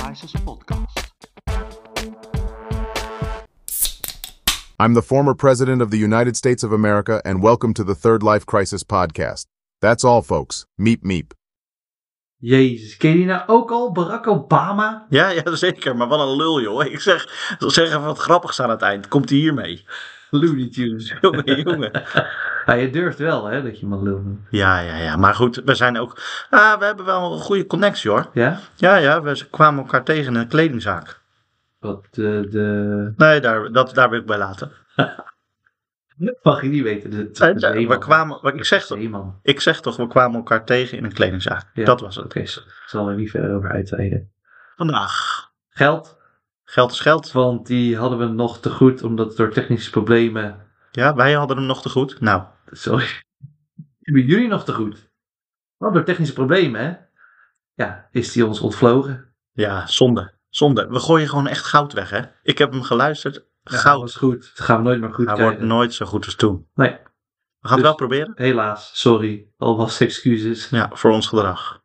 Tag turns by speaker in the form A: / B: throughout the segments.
A: Christensen podcast.
B: I'm the former President of the United States of America, and welcome to the Third Life Crisis podcast. That's all, folks. Meep meep.
C: Jezus, ken je die nou ook al? Barack Obama?
D: Ja, ja, zeker. Maar wat een lul, joh. Ik zeg, ik wil zeggen wat grappigs aan het eind. Komt hij hiermee?
C: Looney Tunes.
D: Jongen, jongen.
C: Ja, je durft wel, hè, dat je mag lul noemen.
D: Ja, ja, ja. Maar goed, we zijn ook... Ah, we hebben wel een goede connectie, hoor.
C: Ja?
D: Ja, ja, we kwamen elkaar tegen in een kledingzaak.
C: Wat, eh, de...
D: Nee, daar, dat, daar wil ik bij laten.
C: Mag je niet weten. De, de
D: En, eh, we
C: Zeeman.
D: kwamen, wat ik, zeg, toch-
C: Zeeman.
D: ik zeg toch, we kwamen elkaar tegen in een kledingzaak.
C: Ja.
D: Dat was het.
C: Oké, zo- ik zal er niet verder over uitweiden.
D: Vandaag.
C: Geld,
D: Geld is geld.
C: want die hadden we nog te goed, omdat door technische problemen...
D: Ja, wij hadden hem nog te goed. Nou,
C: Sorry. Hebben jullie nog te goed? Want door technische problemen, hè? Ja, is die ons ontvlogen.
D: ja, zonde. Zonde. We gooien gewoon echt goud weg, hè. Ik heb hem geluisterd.
C: Ja,
D: Goud.
C: was goed. Dat gaan we nooit meer
D: Hij
C: goed
D: wordt
C: krijgen.
D: nooit zo goed als toen.
C: Nee,
D: We gaan het
C: Dus-
D: wel proberen.
C: helaas. Sorry. Alvast excuses.
D: Ja, voor ons gedrag.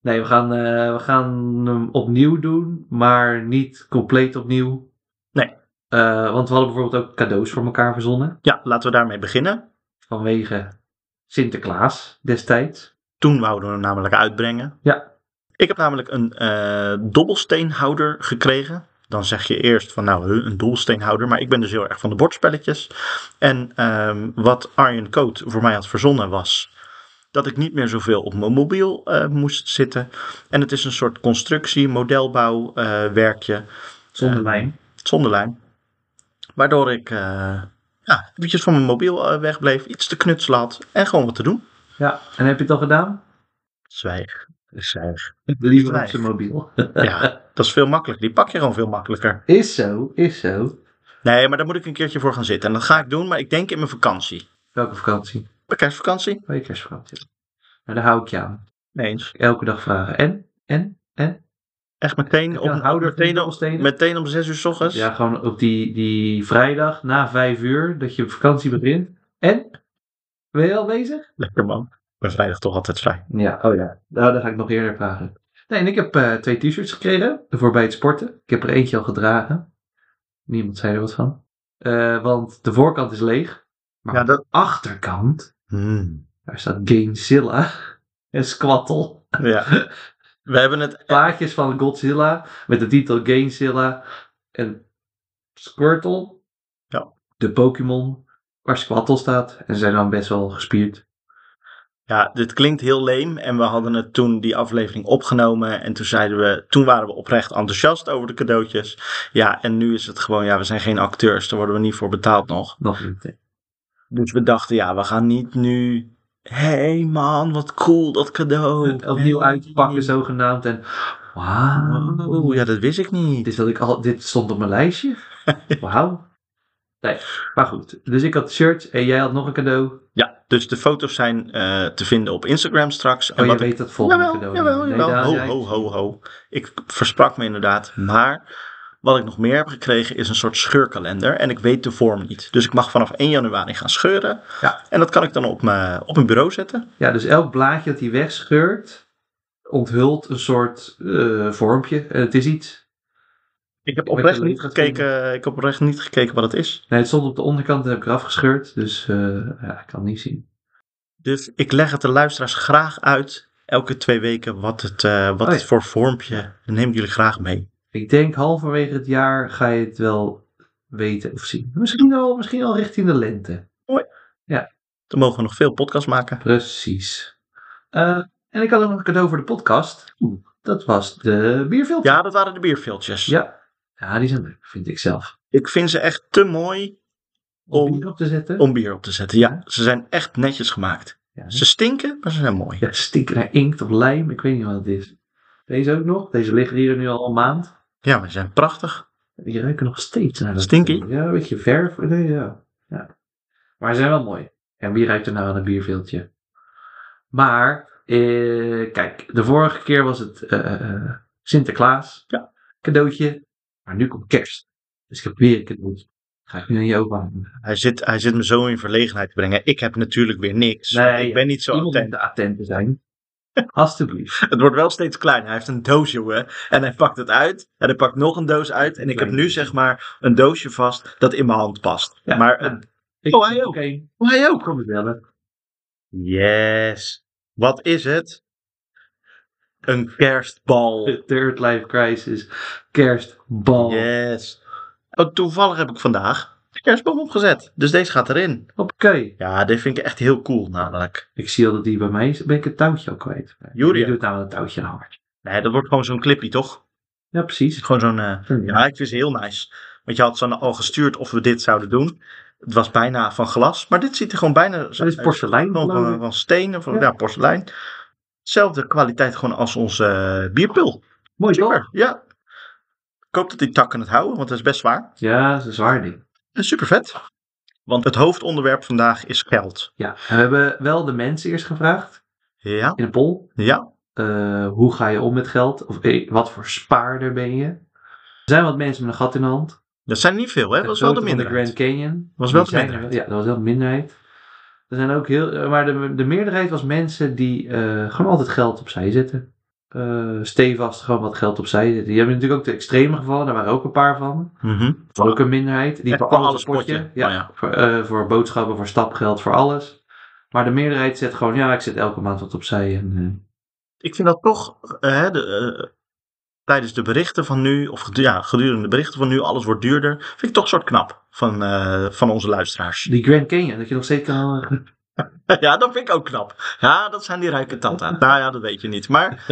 C: Nee, we gaan, eh, we gaan hem opnieuw doen, maar niet compleet opnieuw.
D: Nee.
C: Eh, want we hadden bijvoorbeeld ook cadeaus voor elkaar verzonnen.
D: Ja, laten we daarmee beginnen.
C: Vanwege Sinterklaas destijds.
D: Toen wouden we hem namelijk uitbrengen.
C: Ja.
D: Ik heb namelijk een eh, dobbelsteenhouder gekregen. Dan zeg je eerst van nou, huh, een dobbelsteenhouder. Maar ik ben dus heel erg van de bordspelletjes. En ehm, wat Arjen Coat voor mij had verzonnen was dat ik niet meer zoveel op mijn mobiel eh, moest zitten. En het is een soort constructie, modelbouw eh, werkje.
C: Zonder
D: Eh,
C: lijn.
D: zonder lijn. Waardoor ik eh, ja, eventjes van mijn mobiel eh, wegbleef, iets te knutselen had en gewoon wat te doen.
C: Ja, en heb je het al gedaan?
D: Zwijg. Zwijg.
C: Liever op
D: Zwijg.
C: zijn mobiel.
D: Ja, dat is veel makkelijker. Die pak je gewoon veel makkelijker.
C: Is zo, is zo.
D: Nee, maar daar moet ik een keertje voor gaan zitten. En dat ga ik doen, maar ik denk in mijn vakantie.
C: Welke vakantie?
D: Mijn kerstvakantie?
C: Welke kerstvakantie? Nou, daar hou ik je aan.
D: Nee eens.
C: Elke dag vragen. En? En? En?
D: Echt meteen
C: Ja,
D: om,
C: houder van
D: meteen om,
C: dobbelstenen?
D: meteen om zes uur s ochtends.
C: Ja, gewoon op die, die vrijdag na vijf uur dat je op vakantie begint. En? Ben je al bezig?
D: Lekker man. Ik ben vrijdag toch altijd vrij.
C: Ja, oh ja. Nou, daar ga ik nog eerder vragen. Nee, en ik heb eh, twee t-shirts gekregen voor bij het sporten. Ik heb er eentje al gedragen. Niemand zei er wat van. Eh, want de voorkant is leeg. Maar
D: Ja,
C: de
D: dat...
C: achterkant,
D: Hmm.
C: daar staat Gamezilla en Squattle.
D: Ja. We hebben het...
C: Plaatjes van Godzilla met de titel Gamezilla en Squirtle.
D: Ja.
C: De Pokémon waar Squattle staat. En ze zijn dan best wel gespierd.
D: Ja, dit klinkt heel leem. En we hadden het toen die aflevering opgenomen. En toen zeiden we, toen waren we oprecht enthousiast over de cadeautjes. Ja, en nu is het gewoon, ja, we zijn geen acteurs. Daar worden we niet voor betaald nog.
C: Nog niet.
D: Dus we dachten, ja, we gaan niet nu. hey man, wat cool dat cadeau.
C: Opnieuw
D: Hey. oh,
C: uitpakken zogenaamd. En wauw.
D: Wow, ja, dat wist ik niet.
C: Dit, wilde ik al, dit stond op mijn lijstje. Wauw. Nee, maar goed. Dus ik had shirts en jij had nog een cadeau. Oh,
D: Ja, dus de foto's zijn eh, te vinden op Instagram straks.
C: Oh, jij
D: wat ik-
C: weet dat volgende
D: jawel,
C: cadeau.
D: Jawel,
C: Nee,
D: jawel.
C: daar had
D: ho,
C: jij-
D: ho, ho, ho. Ik versprak me inderdaad. Maar wat ik nog meer heb gekregen is een soort scheurkalender. En ik weet de vorm niet. Dus ik mag vanaf 1 januari gaan scheuren.
C: Ja.
D: En dat kan ik dan op mijn, op mijn bureau zetten.
C: Ja, dus elk blaadje dat hij wegscheurt, onthult een soort eh, vormpje. En het is iets.
D: Ik heb
C: Wat je
D: oprecht
C: leuk
D: niet
C: gaat
D: gekeken, ik heb oprecht niet gekeken wat het is.
C: Nee, het stond op de onderkant en heb ik eraf gescheurd. Dus eh, ja, ik kan het niet zien.
D: Dus ik leg het de luisteraars graag uit. Elke twee weken wat het, eh, wat
C: Oh ja.
D: het voor vormpje. Dan neem ik jullie graag mee.
C: Ik denk halverwege het jaar ga je het wel weten of zien. Misschien al, misschien al richting de lente.
D: Dan mogen we nog veel podcasts maken.
C: Precies. Eh, en ik had ook nog een cadeau voor de podcast. Oeh, dat was de bierfilter.
D: Ja, dat waren de bierveeltjes.
C: ja. Ja, die zijn leuk, vind ik zelf.
D: Ik vind ze echt te mooi
C: Om
D: Om-
C: bier op te zetten.
D: om bier op te zetten. Ja, ze zijn echt netjes gemaakt.
C: Ja,
D: Ze stinken, maar ze zijn mooi.
C: ja, stinken naar inkt of lijm. Ik weet niet wat het is. Deze ook nog. Deze liggen hier nu al een maand.
D: Ja, maar ze zijn prachtig.
C: Die ruiken nog steeds naar dat.
D: Stinky.
C: Ja, een beetje verf. Nee, ja. ja. Maar ze zijn wel mooi. En wie ruikt er nou aan een bierveeltje? Maar, eh, kijk, de vorige keer was het eh, eh, Sinterklaas.
D: Ja.
C: Cadeautje. Maar nu komt kerst. Dus ik heb weer een cadeautje. Ga ik nu aan je overhangen.
D: Hij zit, hij zit me zo in verlegenheid te brengen. Ik heb natuurlijk weer niks.
C: Nee,
D: ik ben niet zo
C: Iemand moet
D: attent.
C: de attenten zijn. Alsjeblieft.
D: Het wordt wel steeds kleiner. Hij heeft een doos, jongen. En hij pakt het uit. En hij pakt nog een doos uit. En ik heb nu, zeg maar, een doosje vast dat in mijn hand past.
C: Ja,
D: maar,
C: ja.
D: eh,
C: Ik-
D: Oh, hij ook.
C: Oké,
D: oh, hij ook.
C: kom eens bellen.
D: Yes. Wat is het? Een kerstbal.
C: De Third Life Crisis. Kerstbal.
D: Yes. Oh, toevallig heb ik vandaag de kerstboom opgezet. Dus deze gaat erin.
C: Oké.
D: Ja, dit vind ik echt heel cool namelijk.
C: Ik zie al dat die bij mij is. Ben ik het touwtje al kwijt?
D: Julia.
C: Die doet nou een touwtje aan hard.
D: Nee, dat wordt gewoon zo'n clipje, toch?
C: Ja, precies.
D: Gewoon zo'n... eh,
C: Ja.
D: Ja, ik vind ze heel nice. Want je had ze al gestuurd of we dit zouden doen. Het was bijna van glas, maar dit ziet er gewoon bijna...
C: Dat is porselein.
D: Van,
C: geloof
D: van,
C: ik.
D: van steen of van
C: Ja.
D: ja, porselein. Hetzelfde kwaliteit gewoon als onze eh, bierpul.
C: Mooi toch?
D: Super, ja. Ik hoop dat die takken het houden, want dat is best zwaar.
C: Ja, dat is een zwaar ding.
D: En super vet. Want het hoofdonderwerp vandaag is geld.
C: Ja. En we hebben wel de mensen eerst gevraagd
D: Ja,
C: in een poll.
D: ja.
C: Eh, hoe ga je om met geld? Of eh, wat voor spaarder ben je? Er zijn wat mensen met een gat in de hand.
D: Dat zijn niet veel, hè? Dat is
C: De
D: wel de
C: grote van
D: minderheid.
C: De Grand Canyon.
D: Was wel
C: Die
D: de
C: zijn
D: minderheid.
C: er wel. Ja, dat was wel de minderheid. Er zijn ook heel, eh, maar de, de meerderheid was mensen die eh, gewoon altijd geld opzij zetten. Eh stevast gewoon wat geld opzij zetten. Je hebt natuurlijk ook de extreme gevallen, daar waren ook een paar van.
D: Mhm.
C: Dat was ook een minderheid. Die
D: Echt
C: voor
D: voor
C: alles
D: alles
C: een potje.
D: potje.
C: Ja,
D: Oh ja.
C: Voor, eh, voor boodschappen, voor stapgeld, voor alles. Maar de meerderheid zet gewoon, ja, ik zet elke maand wat opzij. En, eh,
D: ik vind dat toch eh, hè, de, eh, tijdens de berichten van nu, of gedu- ja, gedurende de berichten van nu, alles wordt duurder. Vind ik toch soort knap van, eh, van onze luisteraars.
C: die Grand Canyon, dat je nog steeds kan...
D: ja, dat vind ik ook knap. Ja, dat zijn die rijke tante. nou ja, dat weet je niet. Maar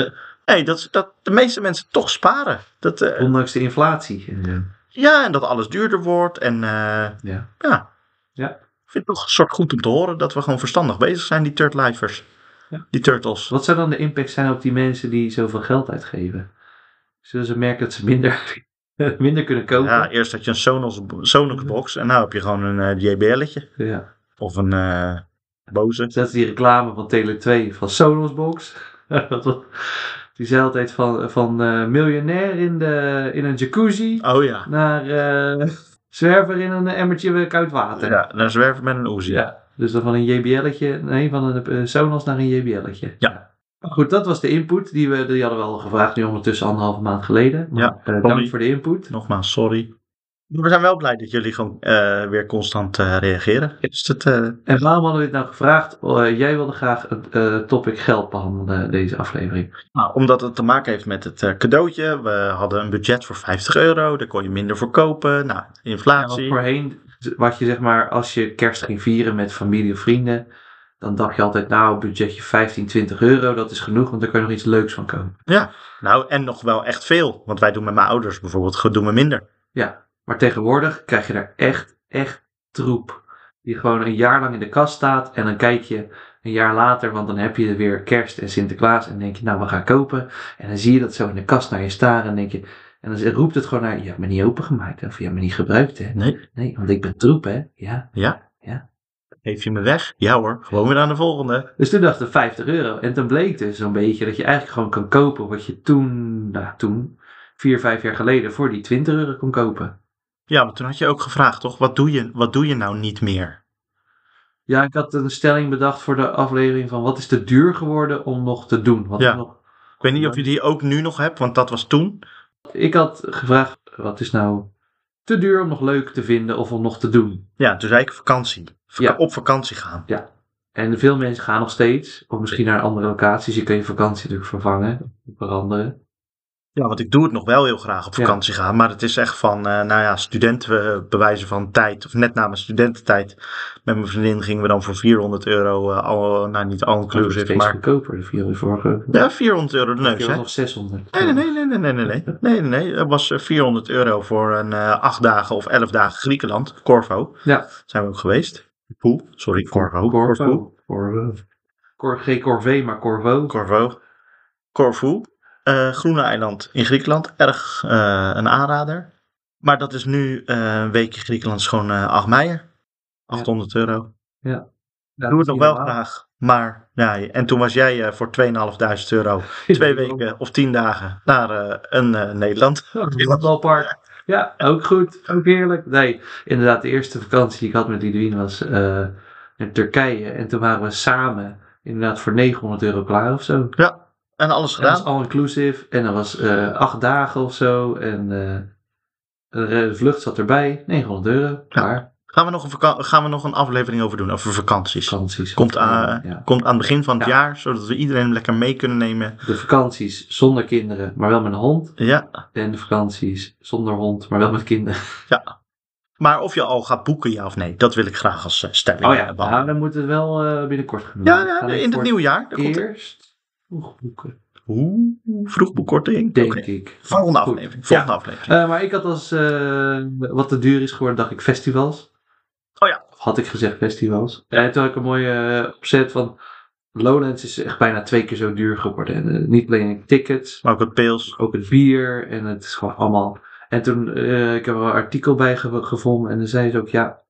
D: hey, dat, is- dat de meeste mensen toch sparen. Dat, eh,
C: Ondanks de inflatie. En, eh,
D: ja, en dat alles duurder wordt. En eh,
C: Ja.
D: ja.
C: Ja.
D: Ik vind het toch een soort goed om te horen dat we gewoon verstandig bezig zijn, die third lifers.
C: Ja.
D: Die turtles.
C: Wat zou dan de impact zijn op die mensen die zoveel geld uitgeven? Zullen ze merken dat ze minder, minder kunnen kopen?
D: Ja, eerst had je een Sonos, Sonos box en nu heb je gewoon een eh JBL'tje.
C: Ja.
D: Of een eh, boze.
C: Zet die reclame van Tele2 van Sonos Box. Dat was- die zei altijd van, van eh, miljonair in, de, in een jacuzzi
D: Oh ja.
C: naar eh, zwerver in een emmertje eh, koud water.
D: Ja, naar zwerven met een oezie.
C: Ja, dus dan van een JBL'tje, nee, van een eh, Sonos naar een JBL'tje.
D: Ja.
C: Maar Goed, dat was de input. Die, we, die hadden we al gevraagd, nu ondertussen anderhalve maand geleden. Maar,
D: Ja,
C: eh, dank
D: sorry.
C: voor de input.
D: Nogmaals, sorry. Maar We zijn wel blij dat jullie gewoon eh, weer constant eh, reageren. Dus dat, eh,
C: En waarom hadden we dit nou gevraagd? Eh, jij wilde graag het eh, topic geld behandelen, deze aflevering.
D: nou, omdat het te maken heeft met het eh, cadeautje. We hadden een budget voor 50 euro. Daar kon je minder voor kopen. Nou,
C: Ja, want
D: inflatie.
C: voorheen, wat je zeg maar, als je kerst ging vieren met familie of vrienden, dan dacht je altijd, nou, budgetje 15, 20 euro, dat is genoeg, want daar kan je nog iets leuks van kopen.
D: Nou, en nog wel echt veel. Want wij doen met mijn ouders bijvoorbeeld, ge- doen we minder.
C: Maar tegenwoordig krijg je daar echt, echt troep. Die gewoon een jaar lang in de kast staat en dan kijk je een jaar later, want dan heb je weer kerst en Sinterklaas en denk je, nou, we gaan kopen. En dan zie je dat zo in de kast naar je staren en denk je, en dan roept het gewoon naar, je, je hebt me niet opengemaakt hè, of je hebt me niet gebruikt, hè.
D: Nee.
C: Nee, want ik ben troep, hè? Ja.
D: Geef je me weg? Ja hoor, gewoon weer aan de volgende.
C: Dus toen dachten 50 euro. En toen bleek dus zo'n beetje dat je eigenlijk gewoon kan kopen wat je toen, nou toen, vier, vijf jaar geleden voor die 20 euro kon kopen.
D: Ja, maar toen had je ook gevraagd, toch? Wat doe je, wat doe je nou niet meer?
C: Ja, ik had een stelling bedacht voor de aflevering van wat is te duur geworden om nog te doen. Wat
D: Ja.
C: is nog...
D: Ik weet niet of je die ook nu nog hebt, want dat was toen.
C: Ik had gevraagd, wat is nou te duur om nog leuk te vinden of om nog te doen?
D: Ja, toen zei ik vakantie. Vaka-
C: Ja.
D: Op vakantie gaan.
C: En veel mensen gaan nog steeds, of misschien naar andere locaties. Je kan je vakantie natuurlijk vervangen, veranderen.
D: Ja, want ik doe het nog wel heel graag op
C: Ja.
D: vakantie gaan. Maar het is echt van, eh, nou ja, studentenbewijzen van tijd. Of net na mijn studententijd. Met mijn vriendin gingen we dan voor 400 euro. eh, al, nou, niet all
C: Oh, Dat is
D: inclusive,
C: steeds
D: maar.
C: goedkoper, de vier- de vorige.
D: Ja, 400 euro de
C: keer
D: neus,
C: was
D: hè?
C: nog 600.
D: Nee, nee, nee, nee, nee, nee, nee, nee, nee, nee. Dat was eh, 400 euro voor een eh, acht dagen of elf dagen Griekenland, Corvo.
C: Ja.
D: Zijn we ook geweest. Poel, sorry, Corvo. Corfu.
C: Corvo. Corvo. Cor, geen Corvée, maar Corvo.
D: Corvo. Corfu. eh Groene Eiland in Griekenland. Erg eh, een aanrader. Maar dat is nu eh, een weekje Griekenland is gewoon eh 8 meier. 800 euro. Doe
C: Ja,
D: het
C: dat
D: nog
C: is
D: wel
C: niet normaal.
D: graag. Maar, ja, en toen was jij eh, voor 2.500 euro, twee weken of 10 dagen naar eh, een eh, Nederland.
C: Ja, het voetbalpark. Ja, ook goed. Ook heerlijk. Nee, inderdaad, de eerste vakantie die ik had met Lidwien was eh, naar Turkije. En toen waren we samen inderdaad voor 900 euro klaar of zo.
D: Ja, en alles
C: En dat was
D: gedaan.
C: all-inclusive en dat was eh, acht dagen of zo. En eh, de vlucht zat erbij, 900 euro. Klaar,
D: Gaan we, nog een vaka- gaan we nog een aflevering over doen, over vakanties.
C: vakanties. Eh,
D: Komt aan,
C: Ja.
D: komt aan het begin van het
C: Ja.
D: jaar, zodat we iedereen lekker mee kunnen nemen.
C: De vakanties zonder kinderen, maar wel met een hond.
D: Ja.
C: En de vakanties zonder hond, maar wel met kinderen.
D: Maar of je al gaat boeken, ja of nee, dat wil ik graag als eh, stelling
C: Oh ja,
D: behandelen.
C: nou, dan moet het wel eh, binnenkort gaan.
D: Ja,
C: We
D: ja
C: gaan
D: in het
C: voor
D: nieuwe jaar. daar komt-
C: Eerst vroeg boeken,
D: Oeh, vroegboekkorting.
C: denk
D: Oké,
C: ik.
D: Volgende
C: Goed.
D: aflevering. Volgende aflevering.
C: Eh, maar ik had als eh, wat te duur is geworden, dacht ik festivals.
D: Oh ja.
C: Of had ik gezegd festivals. En toen had ik een mooie eh, opzet van Lowlands is echt bijna twee keer zo duur geworden. En, eh, niet alleen tickets, dus
D: Maar ook wat pils.
C: ook het bier en het is gewoon allemaal. En toen, eh, ik heb er wel een artikel bij ge- gevonden en dan zei ze ook, ja,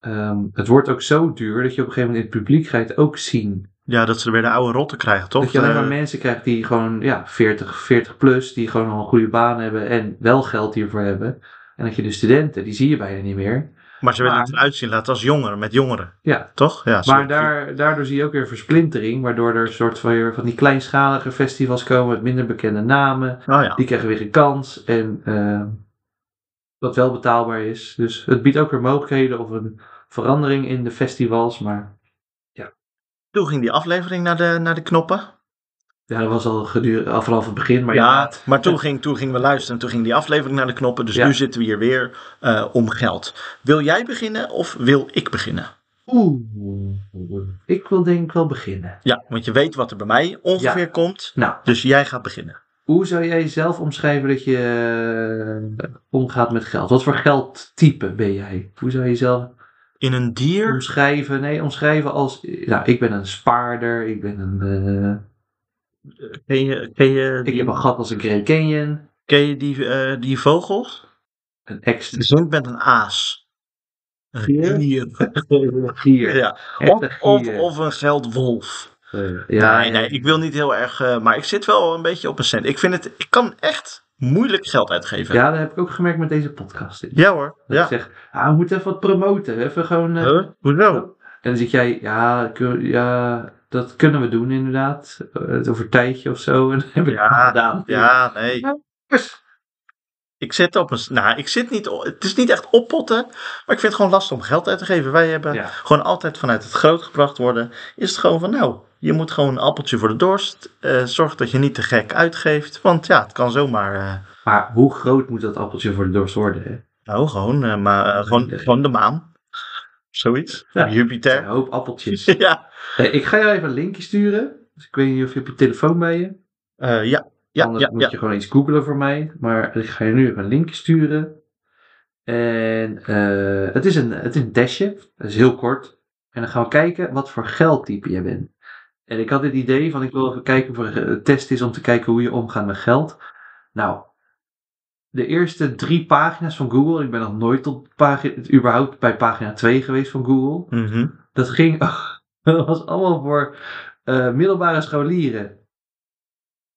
C: ehm, het wordt ook zo duur dat je op een gegeven moment in het publiek gaat het ook zien.
D: Ja, dat ze er weer de oude rotten krijgen, toch?
C: dat je alleen maar
D: Eh,
C: mensen krijgt die gewoon, ja, 40, 40 plus, die gewoon al een goede baan hebben en wel geld hiervoor hebben. En dat je de studenten, die zie je bijna niet meer.
D: maar ze willen
C: maar-
D: het eruit zien laten als jongeren, met jongeren.
C: Ja.
D: Toch? Ja, ze-
C: Maar daar, daardoor zie je ook weer versplintering, waardoor er een soort van, weer van die kleinschalige festivals komen met minder bekende namen.
D: Oh ja.
C: Die krijgen weer een kans en ehm, wat wel betaalbaar is. Dus het biedt ook weer mogelijkheden of een verandering in de festivals. Maar
D: Toen ging die aflevering naar de, naar de knoppen.
C: ja, dat was al gedurende, al vanaf het begin. Maar
D: ja,
C: ja,
D: maar toen, ging, toen gingen we luisteren. Toen ging die aflevering naar de knoppen. Dus
C: Ja.
D: nu zitten we hier weer eh, om geld. Wil jij beginnen of wil ik beginnen?
C: oeh, ik wil denk ik wel beginnen.
D: Ja, want je weet wat er bij mij ongeveer komt.
C: Nou,
D: Dus jij gaat beginnen.
C: hoe zou jij zelf omschrijven dat je eh, omgaat met geld? Wat voor geldtype ben jij? Hoe zou je jezelf
D: In een dier
C: omschrijven? Nee, omschrijven als, eh, nou, ik ben een spaarder, ik ben een, eh,
D: Ken je, ken je
C: ik
D: die,
C: heb een gat als een Grand Canyon,
D: ken je die, eh, die vogels?
C: een extra
D: Zingt met een aas. Een
C: Gier?
D: gier.
C: gier.
D: Ja.
C: Echte
D: Of, of,
C: gier. Eh,
D: of een geldwolf.
C: ja,
D: nee, nee, ik wil niet heel erg. eh, maar ik zit wel een beetje op een cent. Ik vind het. Ik kan echt moeilijk geld uitgeven.
C: ja, dat heb ik ook gemerkt met deze podcast. Dat
D: Ja hoor.
C: ik
D: Ja.
C: zeg, ah, we moeten even wat promoten. Even gewoon, eh."
D: Huh? Hoezo?
C: En dan zeg jij, ja, kun- ja, dat kunnen we doen inderdaad. Eh, over een tijdje of zo. En dat heb ik
D: Ja,
C: allemaal gedaan.
D: Ja, nee.
C: Dus,
D: Ik zit op een. Nou, ik zit niet. o- Het is niet echt oppotten. Maar ik vind het gewoon lastig om geld uit te geven. Wij hebben
C: Ja.
D: gewoon altijd vanuit het groot gebracht worden. Is het gewoon van nou. Je moet gewoon een appeltje voor de dorst. eh, zorg dat je niet te gek uitgeeft. Want ja, het kan zomaar. eh,
C: Maar hoe groot moet dat appeltje voor de dorst worden? Hè?
D: nou, gewoon, eh, maar, eh, gewoon, gewoon de maan. Zoiets.
C: Ja.
D: Jupiter.
C: Een hoop appeltjes.
D: Ja.
C: Eh, ik ga jou even een linkje sturen. Dus ik weet niet of je op je telefoon bij je.
D: Eh, ja. Ja,
C: Anders
D: ja,
C: moet
D: ja.
C: je gewoon iets googlen voor mij. Maar ik ga je nu even een linkje sturen. En eh, het, is een, het is een testje. Dat is heel kort. En dan gaan we kijken wat voor geldtype je bent. En ik had het idee van ik wil even kijken of er een test is om te kijken hoe je omgaat met geld. Nou, de eerste drie pagina's van Google. Ik ben nog nooit tot pagina, überhaupt bij pagina 2 geweest van Google.
D: Mhm.
C: Dat ging. Dat was allemaal voor eh, middelbare scholieren.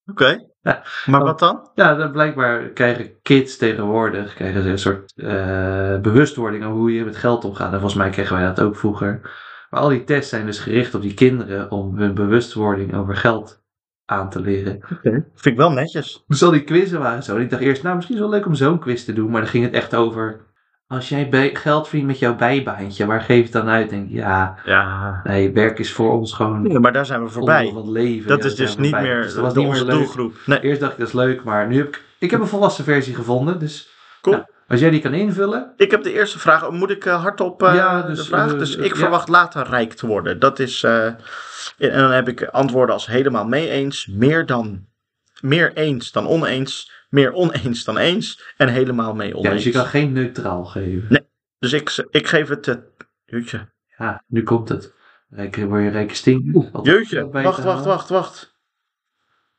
D: Oké.
C: Ja.
D: Maar
C: Oh.
D: wat dan?
C: Ja, dan blijkbaar krijgen kids tegenwoordig krijgen ze een soort eh, bewustwording over hoe je met geld omgaat. En volgens mij kregen wij dat ook vroeger. Maar al die tests zijn dus gericht op die kinderen om hun bewustwording over geld aan te leren.
D: Vind ik wel netjes.
C: Dus al die quizzen waren zo. En ik dacht eerst, nou misschien is het wel leuk om zo'n quiz te doen. Maar dan ging het echt over, als jij bij- geld verdient met jouw bijbaantje, waar geef je het dan uit? Denk ik, ja,
D: Ja.
C: nee, werk is voor ons gewoon
D: maar daar zijn we
C: onderdeel
D: voorbij.
C: van het leven.
D: Dat
C: Ja,
D: is
C: zijn
D: dus
C: we
D: niet
C: voorbij.
D: meer
C: Dus dat was
D: de-
C: niet meer
D: onze
C: leuk.
D: doelgroep. Nee.
C: Eerst dacht ik dat is leuk, maar nu heb ik. Ik heb een volwassen versie gevonden, dus.
D: Cool.
C: Nou, als jij die kan invullen.
D: Ik heb de eerste vraag. Moet ik eh, hardop eh,
C: Ja, dus,
D: de vraag?
C: eh,
D: Dus
C: eh,
D: ik
C: ja.
D: verwacht later rijk te worden. Dat is. eh, en en dan heb ik antwoorden als helemaal mee eens, meer dan. Meer eens dan oneens, meer oneens dan eens en helemaal mee
C: Ja,
D: oneens.
C: dus je kan geen neutraal geven.
D: Dus ik, ik geef het. eh, jeutje.
C: Ja, nu komt het. Rijker word je rijke sting. Wat
D: Jeutje.
C: wat bij
D: Wacht,
C: te
D: wacht,
C: halen.
D: wacht, wacht.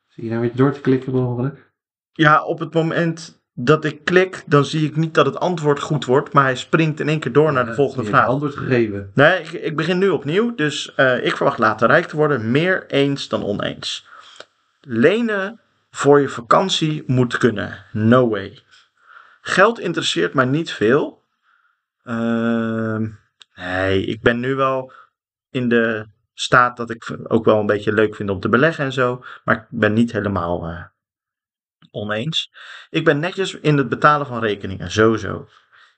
C: Zie je nou weer door te klikken, mogelijk?
D: Ja, op het moment dat ik klik, dan zie ik niet dat het antwoord goed wordt, maar hij springt in één keer door naar de volgende
C: je hebt
D: vraag.
C: antwoord gegeven.
D: Nee, ik, ik begin nu opnieuw. Dus eh, ik verwacht later rijk te worden. Meer eens dan oneens. Lenen voor je vakantie moet kunnen. No way. Geld interesseert mij niet veel. Ehm, nee, ik ben nu wel in de staat dat ik ook wel een beetje leuk vind om te beleggen en zo. Maar ik ben niet helemaal eh, oneens. Ik ben netjes in het betalen van rekeningen, sowieso.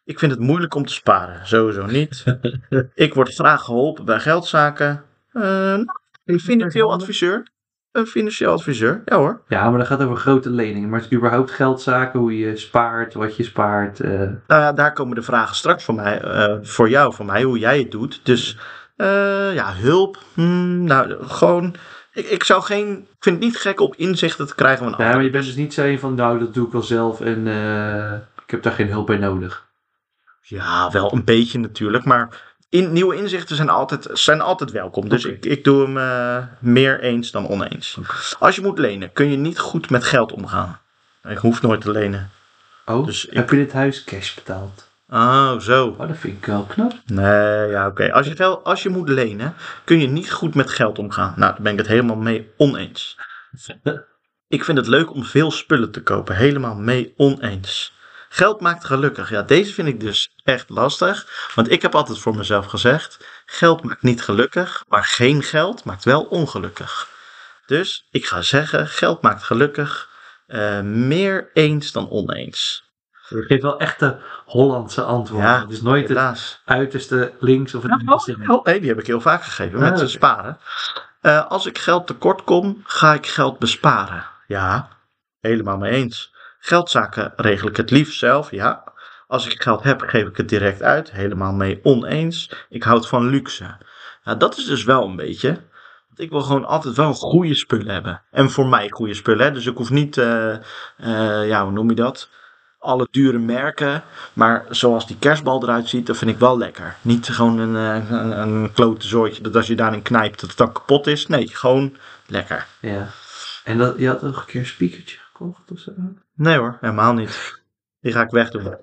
D: Ik vind het moeilijk om te sparen, sowieso niet. ik word graag geholpen bij geldzaken. Eh, nou, een financieel adviseur. Een financieel adviseur, ja hoor.
C: Ja, maar dat gaat over grote leningen. Maar het is überhaupt geldzaken, hoe je spaart, wat je spaart. eh.
D: Nou ja, daar komen de vragen straks voor, mij, eh, voor jou, voor mij, hoe jij het doet. Dus eh, ja, hulp. hmm, nou, gewoon. Ik, ik zou geen. Ik vind het niet gek om inzichten te krijgen van
C: Ja,
D: anderen.
C: maar je bent dus niet zo een van, nou, dat doe ik al zelf en eh, ik heb daar geen hulp bij nodig.
D: Ja, wel een beetje natuurlijk, maar in, nieuwe inzichten zijn altijd, zijn altijd welkom. Dus
C: Oké.
D: ik, ik doe hem eh, meer eens dan oneens. Als je moet lenen, kun je niet goed met geld omgaan. Ik hoef nooit te lenen.
C: Oh,
D: Dus ik-
C: heb je dit huis cash betaald?
D: Oh, zo.
C: Oh, dat vind ik wel knap.
D: Nee, ja, oké. Als, je geld- als je moet lenen, kun je niet goed met geld omgaan. Nou, daar ben ik het helemaal mee oneens. Ik vind het leuk om veel spullen te kopen. Helemaal mee oneens. Geld maakt gelukkig. Ja, deze vind ik dus echt lastig. Want ik heb altijd voor mezelf gezegd: geld maakt niet gelukkig, maar geen geld maakt wel ongelukkig. Dus ik ga zeggen: geld maakt gelukkig. eh, meer eens dan oneens.
C: Je geeft wel echte Hollandse antwoorden.
D: Ja,
C: het is nooit het
D: Helaas.
C: uiterste links of het uiterste rechts.
D: Oh, hey, die heb ik heel vaak gegeven
C: Ah,
D: met
C: oké.
D: sparen. Eh, als ik geld tekort kom, ga ik geld besparen. Ja, helemaal mee eens. Geldzaken regel ik het liefst zelf, ja. Als ik geld heb, geef ik het direct uit. Helemaal mee oneens. Ik houd van luxe. Nou, dat is dus wel een beetje. Want ik wil gewoon altijd wel goede spullen hebben. En voor mij goede spullen. Hè? Dus ik hoef niet, eh, eh, ja, hoe noem je dat? alle dure merken. Maar zoals die kerstbal eruit ziet, dat vind ik wel lekker. Niet gewoon een, eh, een, een klote zooitje dat als je daarin knijpt dat het dan kapot is. Nee, gewoon lekker.
C: Ja. En dat, je had ook een keer een speakertje gekocht of zo.
D: Nee hoor, helemaal niet. Die ga ik wegdoen.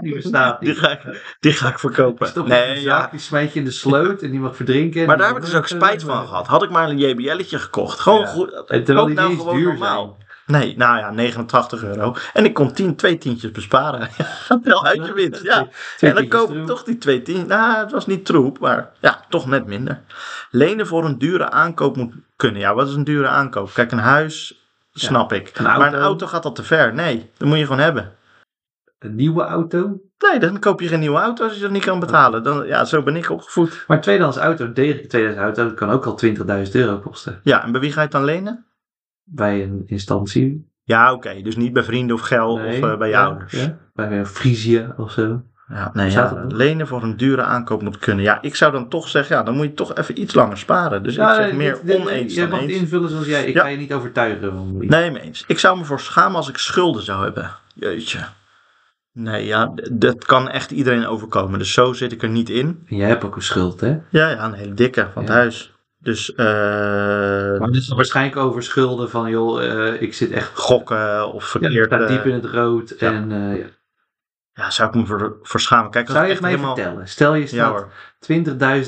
C: Die bestaat
D: Die
C: niet.
D: ga ik, die ga ik verkopen.
C: Stop
D: Nee, ja.
C: Die smijt je in de sloot en die eh, mag verdrinken.
D: Maar daar heb ik dus ook spijt van gehad. Had ik maar een JBL'tje gekocht. Gewoon
C: Ja.
D: goed.
C: En terwijl
D: koop nou
C: die niet eens duur
D: Nee, nou ja, 89 euro. En ik kon 10, twee tientjes besparen. Ja, wel
C: zijn.
D: uit je winst. Ja.
C: Twee
D: en dan
C: tientjes
D: koop ik
C: terug.
D: toch die twee tien. Nou, het was niet troep, maar ja, toch net minder. Lenen voor een dure aankoop moet kunnen. Ja, wat is een dure aankoop? Kijk, een huis, snap ik.
C: een
D: Maar
C: auto.
D: een auto gaat al te ver. Nee, dat moet je gewoon hebben.
C: Een nieuwe auto.
D: Nee, dan koop je geen nieuwe auto als je dat niet kan betalen. Dan, ja, zo ben ik opgevoed.
C: Maar een tweedehands auto, een degelijke tweedehands auto, kan ook al 20.000 euro kosten.
D: Ja, en bij wie ga je het dan lenen?
C: Bij een instantie.
D: Ja, oké. Dus niet bij vrienden of geld
C: Nee,
D: of eh, bij je
C: ja,
D: ouders.
C: ja. Bij een Frisia of zo.
D: Ja, nee,
C: Staat
D: ja,
C: dat dan?
D: lenen voor een dure aankoop moet kunnen. Ja, ik zou dan toch zeggen, ja, dan moet je toch even iets langer sparen. Dus ik zeg meer
C: dit- dit-
D: oneens
C: Jij
D: dan
C: mag het
D: eens.
C: invullen zoals jij. Ik
D: Ja.
C: ga je niet overtuigen. van-
D: Nee, mee eens. Ik zou me voor schamen als ik schulden zou hebben. Jeetje. Nee, ja, d- dat kan echt iedereen overkomen. Dus zo zit ik er niet in.
C: En jij hebt ook een schuld, hè?
D: Ja, ja, een hele dikke van het
C: Ja.
D: huis. Dus eh,
C: Maar het is waarschijnlijk over schulden van, joh, eh, ik zit echt
D: gokken of
C: ja,
D: verkeerd. eh, Ja,
C: diep in het rood. En, eh, ja.
D: ja zou ik me voor, voor schamen. Kijk, als
C: Zou je
D: ik
C: het
D: echt
C: mij vertellen? Stel je
D: Ja
C: staat
D: hoor.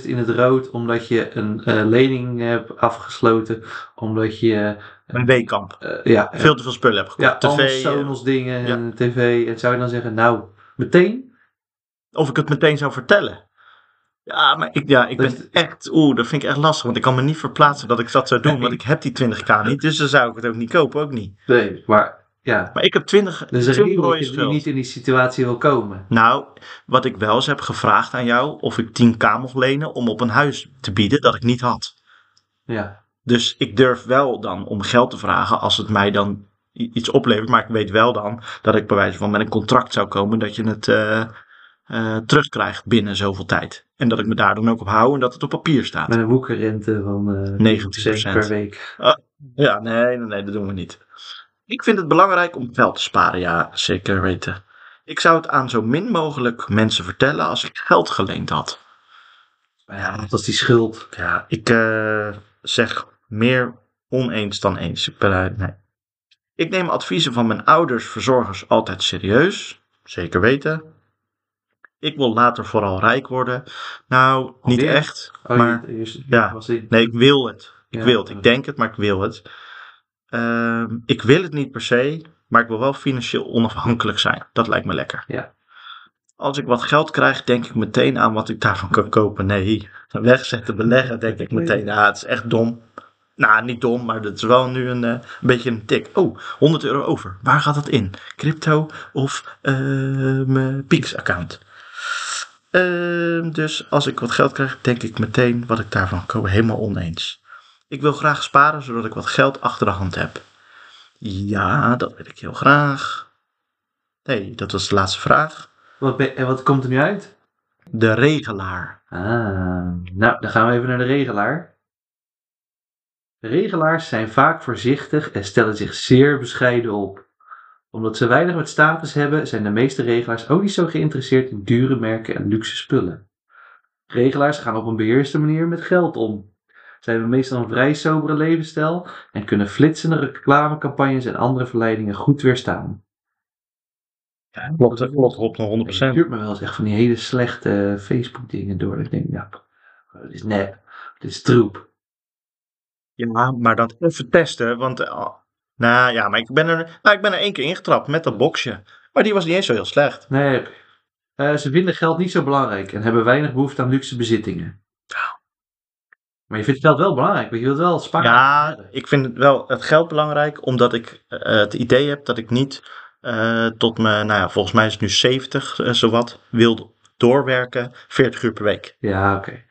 C: 20.000 in het rood omdat je een eh, lening hebt afgesloten. Omdat je,
D: Een weekamp.
C: eh, ja,
D: Veel te veel spullen heb
C: ja,
D: gekocht.
C: allemaal
D: TV. eh,
C: Sonos dingen en tv. En zou je dan zeggen, nou, meteen?
D: of ik het meteen zou vertellen. Ja, maar ik, ja, ik
C: Dat
D: ben echt, oeh, dat vind ik echt lastig. Want ik kan me niet verplaatsen dat ik dat zou doen. Want ik heb die 20k niet. Dus dan zou ik het ook niet kopen, ook niet.
C: Nee, maar ja.
D: Maar ik heb 20,
C: Dus er is
D: 20
C: een
D: rode
C: reden dat je
D: schuld.
C: niet in die situatie wil komen.
D: Nou, wat ik wel eens heb gevraagd aan jou, of ik 10k mocht lenen om op een huis te bieden dat ik niet had.
C: Ja.
D: Dus ik durf wel dan om geld te vragen als het mij dan i- iets oplevert. Maar ik weet wel dan dat ik bij wijze van met een contract zou komen dat je het eh, eh, terugkrijgt binnen zoveel tijd. En dat ik me daar dan ook op hou en dat het op papier staat.
C: Met een woekerrente van eh
D: 19%.
C: per week.
D: Ja, nee, nee, nee, dat doen we niet. Ik vind het belangrijk om geld te sparen, ja, zeker weten. Ik zou het aan zo min mogelijk mensen vertellen als ik geld geleend had.
C: Ja, dat is die schuld.
D: Ja, ik eh, zeg meer oneens dan eens. Ik ben uit, nee. Ik neem adviezen van mijn ouders, verzorgers altijd serieus. Zeker weten. Ik wil later vooral rijk worden. Nou, niet
C: Alweer?
D: echt.
C: Oh,
D: maar
C: je- je-
D: ja.
C: was in.
D: Nee, ik wil het. Ik
C: Ja.
D: wil het. Ik denk het, maar ik wil het. Ehm, ik wil het niet per se, maar ik wil wel financieel onafhankelijk zijn. Dat lijkt me lekker.
C: Ja.
D: als ik wat geld krijg, denk ik meteen aan wat ik daarvan kan kopen. Nee, wegzetten, beleggen, denk ik meteen. Ah, het is echt dom. Nou, niet dom, maar dat is wel nu een, eh, een beetje een tik. Oh, 100 euro over. Waar gaat dat in? Crypto of eh, mijn Pix-account? Ehm, dus als ik wat geld krijg, denk ik meteen wat ik daarvan koop. Helemaal oneens. Ik wil graag sparen, zodat ik wat geld achter de hand heb. Ja, dat wil ik heel graag. Nee, dat was de laatste vraag.
C: Wat, ben- en wat komt er nu uit?
D: De regelaar.
C: Ah, nou, dan gaan we even naar de regelaar. Regelaars zijn vaak voorzichtig en stellen zich zeer bescheiden op. Omdat ze weinig met status hebben, zijn de meeste regelaars ook niet zo geïnteresseerd in dure merken en luxe spullen. Regelaars gaan op een beheerste manier met geld om. Zij hebben meestal een vrij sobere levensstijl en kunnen flitsende reclamecampagnes en andere verleidingen goed weerstaan.
D: Ja, klopt, klopt, klopt,
C: Het
D: 100%.
C: duurt me wel eens echt van die hele slechte Facebook-dingen door. dat Ik denk, ja, dit is nep, dit is troep.
D: Ja, maar dat even testen, want... eh, ah, nou ja, maar ik ben, er, nou, ik ben er één keer ingetrapt met dat boxje. Maar die was niet eens zo heel slecht.
C: Nee. Eh, ze vinden geld niet zo belangrijk en hebben weinig behoefte aan luxe bezittingen. Maar je vindt geld wel belangrijk, want je wilt wel sparen.
D: Ja, ik vind het wel het geld belangrijk, omdat ik eh, het idee heb dat ik niet eh, tot mijn, nou ja, volgens mij is het nu 70, eh, zowat, wil doorwerken 40 uur per week.
C: Ja, oké.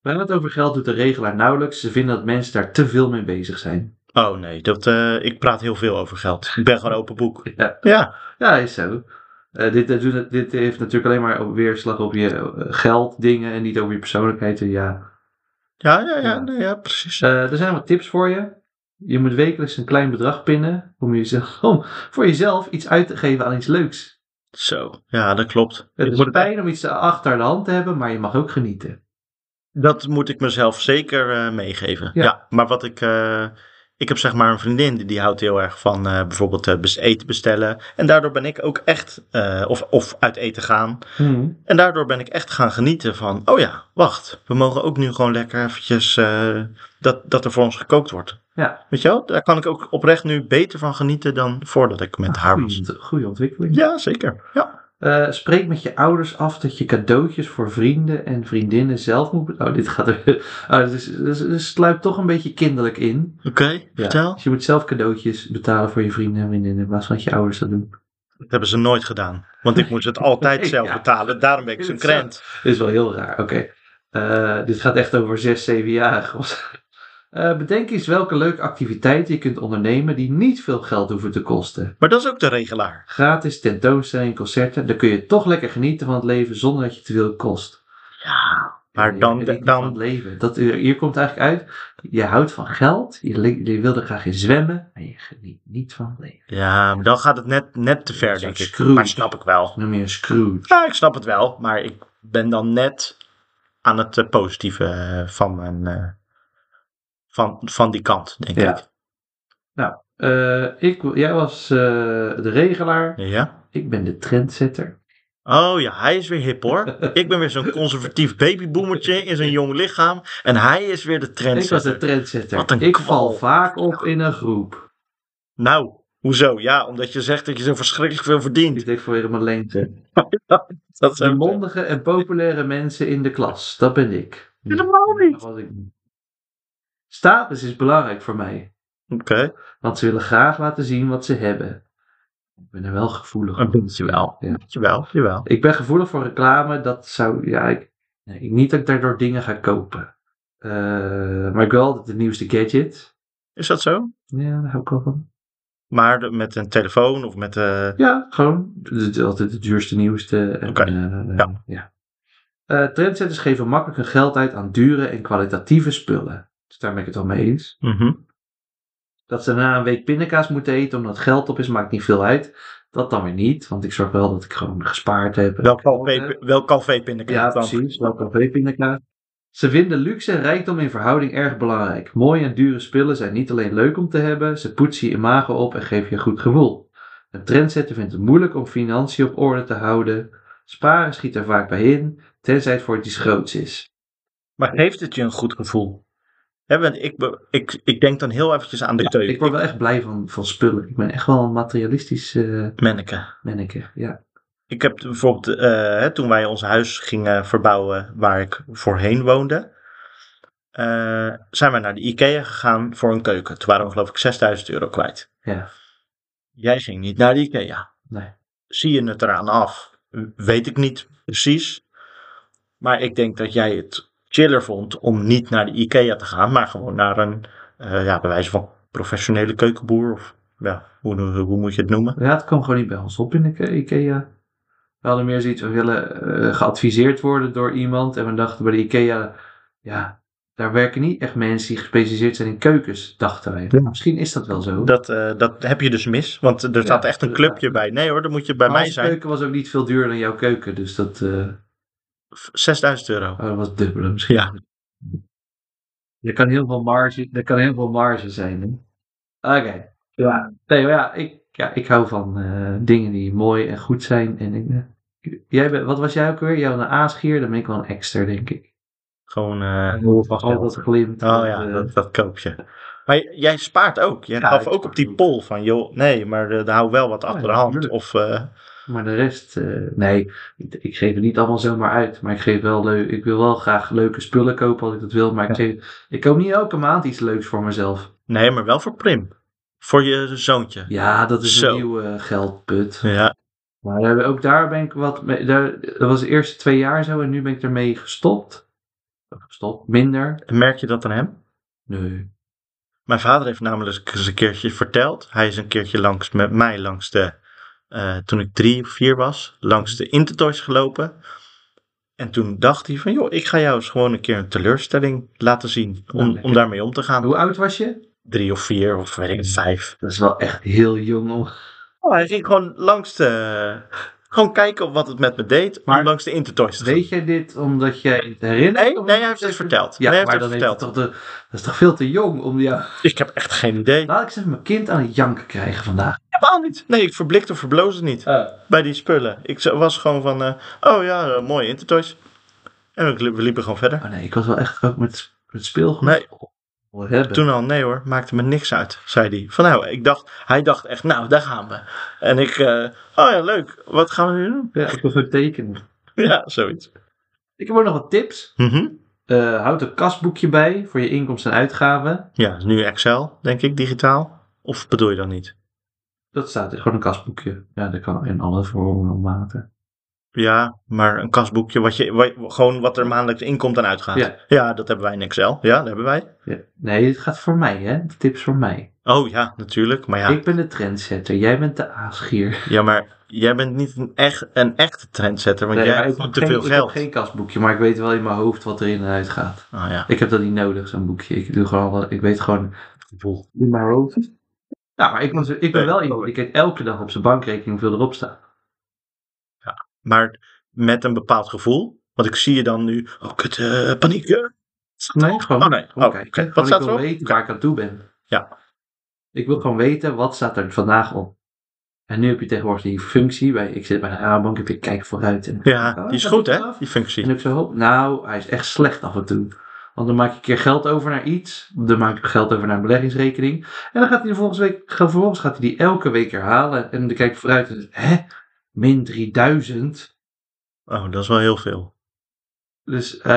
C: Waar het over geld doet de regelaar nauwelijks. Ze vinden dat mensen daar te veel mee bezig zijn.
D: Oh nee, dat, eh, ik praat heel veel over geld. Ik ben gewoon open boek.
C: Ja,
D: Ja,
C: ja is zo. Eh, dit, eh, doet- dit heeft natuurlijk alleen maar op- weerslag op je eh, gelddingen en niet over je persoonlijkheid. En Ja,
D: ja, ja, ja,
C: Ja.
D: nee, ja precies.
C: Eh, er zijn wat tips voor je. Je moet wekelijks een klein bedrag pinnen om, jezelf, om voor jezelf iets uit te geven aan iets leuks.
D: Zo, ja, dat klopt.
C: Het
D: Ik
C: is
D: moet het-
C: fijn om iets achter de hand te hebben, maar je mag ook genieten.
D: Dat moet ik mezelf zeker eh, meegeven. Ja.
C: Ja.
D: maar wat ik. eh, ik heb zeg maar een vriendin die, die houdt heel erg van eh, bijvoorbeeld eh, bes- eten bestellen. En daardoor ben ik ook echt. eh, of, of uit eten gaan. En daardoor ben ik echt gaan genieten van. Oh ja, wacht. We mogen ook nu gewoon lekker eventjes. eh, dat, dat er voor ons gekookt wordt.
C: Ja.
D: Weet je wel? Daar kan ik ook oprecht nu beter van genieten dan voordat ik met haar was.
C: Goeie- Goede ontwikkeling.
D: Ja, zeker. Ja.
C: Eh, spreek met je ouders af dat je cadeautjes voor vrienden en vriendinnen zelf moet. be- Oh, dit gaat er. Oh, dit, is, dit is- dit sluipt toch een beetje kinderlijk in.
D: Oké,
C: Ja.
D: vertel.
C: Dus je moet zelf cadeautjes betalen voor je vrienden en vriendinnen in plaats van dat je ouders dat doen.
D: Dat hebben ze nooit gedaan. Want ik moest het altijd zelf
C: Ja.
D: betalen. Daarom ben ik
C: Is
D: zo'n
C: het zo?
D: krent.
C: Dit is wel heel raar. Oké. Eh, dit gaat echt over 6, 7 jaar. Eh, bedenk eens welke leuke activiteiten je kunt ondernemen die niet veel geld hoeven te kosten.
D: Maar dat is ook de regelaar.
C: gratis tentoonstellingen, concerten. Dan kun je toch lekker genieten van het leven zonder dat je te veel kost.
D: Ja, maar
C: Ja,
D: dan,
C: genieten van het
D: dan,
C: leven. Dat, eh, hier komt eigenlijk uit. Je houdt van geld, je, le- je wil er graag in zwemmen, maar je geniet niet van het leven.
D: ja, maar dan gaat het net, net te ver,
C: Zo'n
D: denk ik.
C: Scrooge.
D: Maar snap ik wel.
C: Ik noem je een screw.
D: Ja, ik snap het wel. Maar ik ben dan net aan het eh, positieve eh, van, mijn, eh, van, van die kant, denk
C: Ja.
D: ik.
C: Eh, ik, jij was eh, de regelaar,
D: Ja?
C: ik ben de trendsetter.
D: Oh ja, hij is weer hip hoor. ik ben weer zo'n conservatief babyboomertje in zijn jong lichaam. En hij is weer de
C: Ik was de
D: trendsetter.
C: trendsetter.
D: Wat een
C: ik
D: kwal.
C: val vaak op in een groep.
D: Nou, hoezo? Ja, omdat je zegt dat je zo verschrikkelijk veel verdient.
C: Ik denk voor weer mijn leentje.
D: Dat
C: De
D: zijn
C: mondige en populaire mensen in de klas, dat ben ik.
D: Helemaal Oh, niet.
C: Dat was ik niet. Status is belangrijk voor mij,
D: Oké.
C: want ze willen graag laten zien wat ze hebben. Ik ben er wel gevoelig
D: Een
C: voor.
D: beetje wel.
C: Ja.
D: Jawel, jawel.
C: Ik ben gevoelig voor reclame, dat zou. Ja, ik, nee, ik- niet dat ik daardoor dingen ga kopen. Eh, maar ik wil altijd de nieuwste gadget.
D: Is dat zo?
C: Ja, daar hou ik wel van.
D: Maar de- met een telefoon of met. eh
C: Ja, gewoon de- de- altijd de duurste, nieuwste. En,
D: Oké,
C: eh,
D: ja.
C: ja. Eh, trendsetters geven makkelijk hun geld uit aan dure en kwalitatieve spullen. Dus daar ben ik het wel mee eens.
D: Mhm.
C: Dat ze na een week pindakaas moeten eten omdat geld op is, maakt niet veel uit. Dat dan weer niet, want ik zorg wel dat ik gewoon gespaard heb.
D: Wel Calvé- Wel café pindakaas
C: Ja,
D: dan?
C: precies. Welke week pindakaas. Ze vinden luxe en rijkdom in verhouding erg belangrijk. Mooie en dure spullen zijn niet alleen leuk om te hebben, ze poetsen je imago op en geven je een goed gevoel. Een trendsetter vindt het moeilijk om financiën op orde te houden. Sparen schiet er vaak bij in, tenzij het voor iets groots is.
D: Maar heeft het je een goed gevoel? Hè, want ik, be- ik, ik denk dan heel eventjes aan de
C: Ja,
D: teug.
C: ik word wel echt blij van, van spullen. Ik ben echt wel een materialistisch eh
D: Menneke.
C: manneke. Ja.
D: Ik heb bijvoorbeeld, eh, hè, toen wij ons huis gingen verbouwen waar ik voorheen woonde, eh, zijn wij naar de IKEA gegaan voor een keuken. Toen waren we geloof ik 6000 euro kwijt.
C: Ja.
D: Jij ging niet naar de IKEA.
C: Nee.
D: Zie je het eraan af? Weet ik niet precies. Maar ik denk dat jij het chiller vond om niet naar de IKEA te gaan, maar gewoon naar een, eh, ja, bij wijze van professionele keukenboer of ja, hoe, hoe moet je het noemen?
C: Ja, het kwam gewoon niet bij ons op in de Ike- IKEA. We hadden meer zoiets, we willen eh, geadviseerd worden door iemand. En we dachten bij de IKEA, ja, daar werken niet echt mensen die gespecialiseerd zijn in keukens, dachten wij.
D: Ja.
C: Misschien is dat wel zo.
D: Dat, eh, dat heb je dus mis, want er staat echt een clubje bij. Nee hoor, dan moet je bij
C: Maar
D: mij
C: onze
D: zijn.
C: keuken was ook niet veel duurder dan jouw keuken, dus dat, eh,
D: F- 6000 euro.
C: oh, dat was het dubbele misschien.
D: Ja.
C: Er kan heel veel marge, er kan heel veel marge zijn. hè? Oké. Ja. Nee, maar ja, ik, ja, ik hou van eh, dingen die mooi en goed zijn. En ik, eh, jij bent, wat was jij ook weer? Jij was een aasgier, dan ben ik wel een extra, denk ik.
D: Gewoon. eh,
C: Al dat glimt.
D: oh ja,
C: eh,
D: dat, dat koop je. Maar j- jij spaart ook. Jij
C: Ja,
D: gaf
C: ik
D: ook op die
C: spaar. Oh
D: poll van, joh, nee, maar eh, daar hou wel wat
C: Ja,
D: achter de hand.
C: natuurlijk.
D: Of, eh,
C: Maar de rest, eh, nee, ik, ik geef het niet allemaal zomaar uit. Maar ik, geef wel leu- ik wil wel graag leuke spullen kopen als ik dat wil. Maar ik, geef, ik koop niet elke maand iets leuks voor mezelf.
D: nee, maar wel voor Prim. Voor je zoontje.
C: Ja, dat is
D: Zo.
C: een nieuwe eh, geldput.
D: Ja.
C: Maar daar- ook daar ben ik wat mee. Daar, dat was de eerste twee jaar zo en nu ben ik ermee gestopt. Gestopt, minder.
D: Merk je dat aan hem?
C: Nee.
D: Mijn vader heeft namelijk eens een keertje verteld. Hij is een keertje langs met mij langs de, eh, toen ik drie of vier was, langs de Intertoys gelopen. En toen dacht hij van, joh, ik ga jou eens gewoon een keer een teleurstelling laten zien. Om,
C: Nou, lekker.
D: om daarmee om te gaan.
C: Hoe oud was je?
D: Drie of vier of weet ik het, vijf.
C: Dat is wel echt heel jong. om-
D: Oh, hij ging gewoon langs de, gewoon kijken op wat het met me deed. Maar
C: Maar-
D: langs de Intertoys te gaan.
C: Weet jij dit omdat jij het herinnert?
D: Nee,
C: Of
D: nee, hij heeft het verteld.
C: Ja,
D: nee, hij
C: maar
D: heeft
C: dan
D: het
C: heeft het
D: verteld.
C: toch de, dat is toch veel te jong om jou...
D: Ik heb echt geen idee.
C: Laat ik eens even mijn kind aan het janken krijgen vandaag.
D: Helemaal niet. Nee, ik verblikte of verbloosde niet. bij die spullen. Ik zo- was gewoon van, eh, oh ja, mooi mooie Intertoys. En we, li- we liepen gewoon verder.
C: oh nee, ik was wel echt ook met, met speelgoed.
D: Nee.
C: Oh, hebben.
D: Toen al, nee hoor, maakte me niks uit, zei hij. Van nou, ik dacht, hij dacht echt, nou, daar gaan we. En ik, eh, oh ja, leuk, wat gaan we nu doen?
C: Ja, ik was ook tekenen.
D: Ja, zoiets.
C: Ik heb ook nog wat tips.
D: Mhm.
C: Eh, houd een kasboekje bij voor je inkomsten en uitgaven.
D: Ja, is nu Excel, denk ik, digitaal. Of bedoel je dan niet?
C: Dat staat er, gewoon een kasboekje. Ja, dat kan in alle vormen en maten.
D: Ja, maar een kasboekje, wat je, wat, gewoon wat er maandelijks inkomt en uitgaat.
C: Ja.
D: dat hebben wij in Excel. Ja, dat hebben wij.
C: Ja. Nee, het gaat voor mij, hè? De tips voor mij.
D: Oh ja, natuurlijk. Maar ja,
C: Ik ben de trendsetter, jij bent de aasgier.
D: ja maar jij bent niet een, echt, een echte trendsetter, want
C: Nee,
D: jij
C: maar ik
D: hebt
C: heb
D: te
C: geen-
D: veel
C: Ik heb
D: geld.
C: geen kasboekje, maar ik weet wel in mijn hoofd wat er in en uit gaat.
D: Oh ja.
C: Ik heb dat niet nodig, zo'n boekje. Ik doe gewoon, wat- ik weet gewoon. In mijn hoofd. Nou, maar ik, was, ik ben
D: Nee. oh,
C: wel iemand. Ik kijk elke dag op zijn bankrekening hoeveel erop staat.
D: Maar met een bepaald gevoel. Want ik zie je dan nu, oh kut, eh, paniek. eh.
C: Nee, gewoon.
D: Oh nee, oh,
C: gewoon
D: oké.
C: kijken.
D: Wat
C: Gewoon,
D: staat
C: ik wil
D: erop?
C: weten waar ik aan toe ben.
D: Ja.
C: Ik wil gewoon weten wat staat er vandaag op. En nu heb je tegenwoordig die functie bij, ik zit bij de Rabobank, heb je kijk vooruit. En,
D: Ja,
C: Oh,
D: die is
C: dat
D: goed
C: doet
D: hè,
C: het af.
D: die functie.
C: En ik zo, hoop, nou, hij is echt slecht af en toe. Want dan maak ik een keer geld over naar iets. Dan maak ik geld over naar een beleggingsrekening. En dan gaat hij de volgende week, gaat, vervolgens gaat hij die elke week herhalen. En dan kijk ik vooruit en hè, min 3000.
D: Oh, dat is wel heel veel.
C: Dus eh,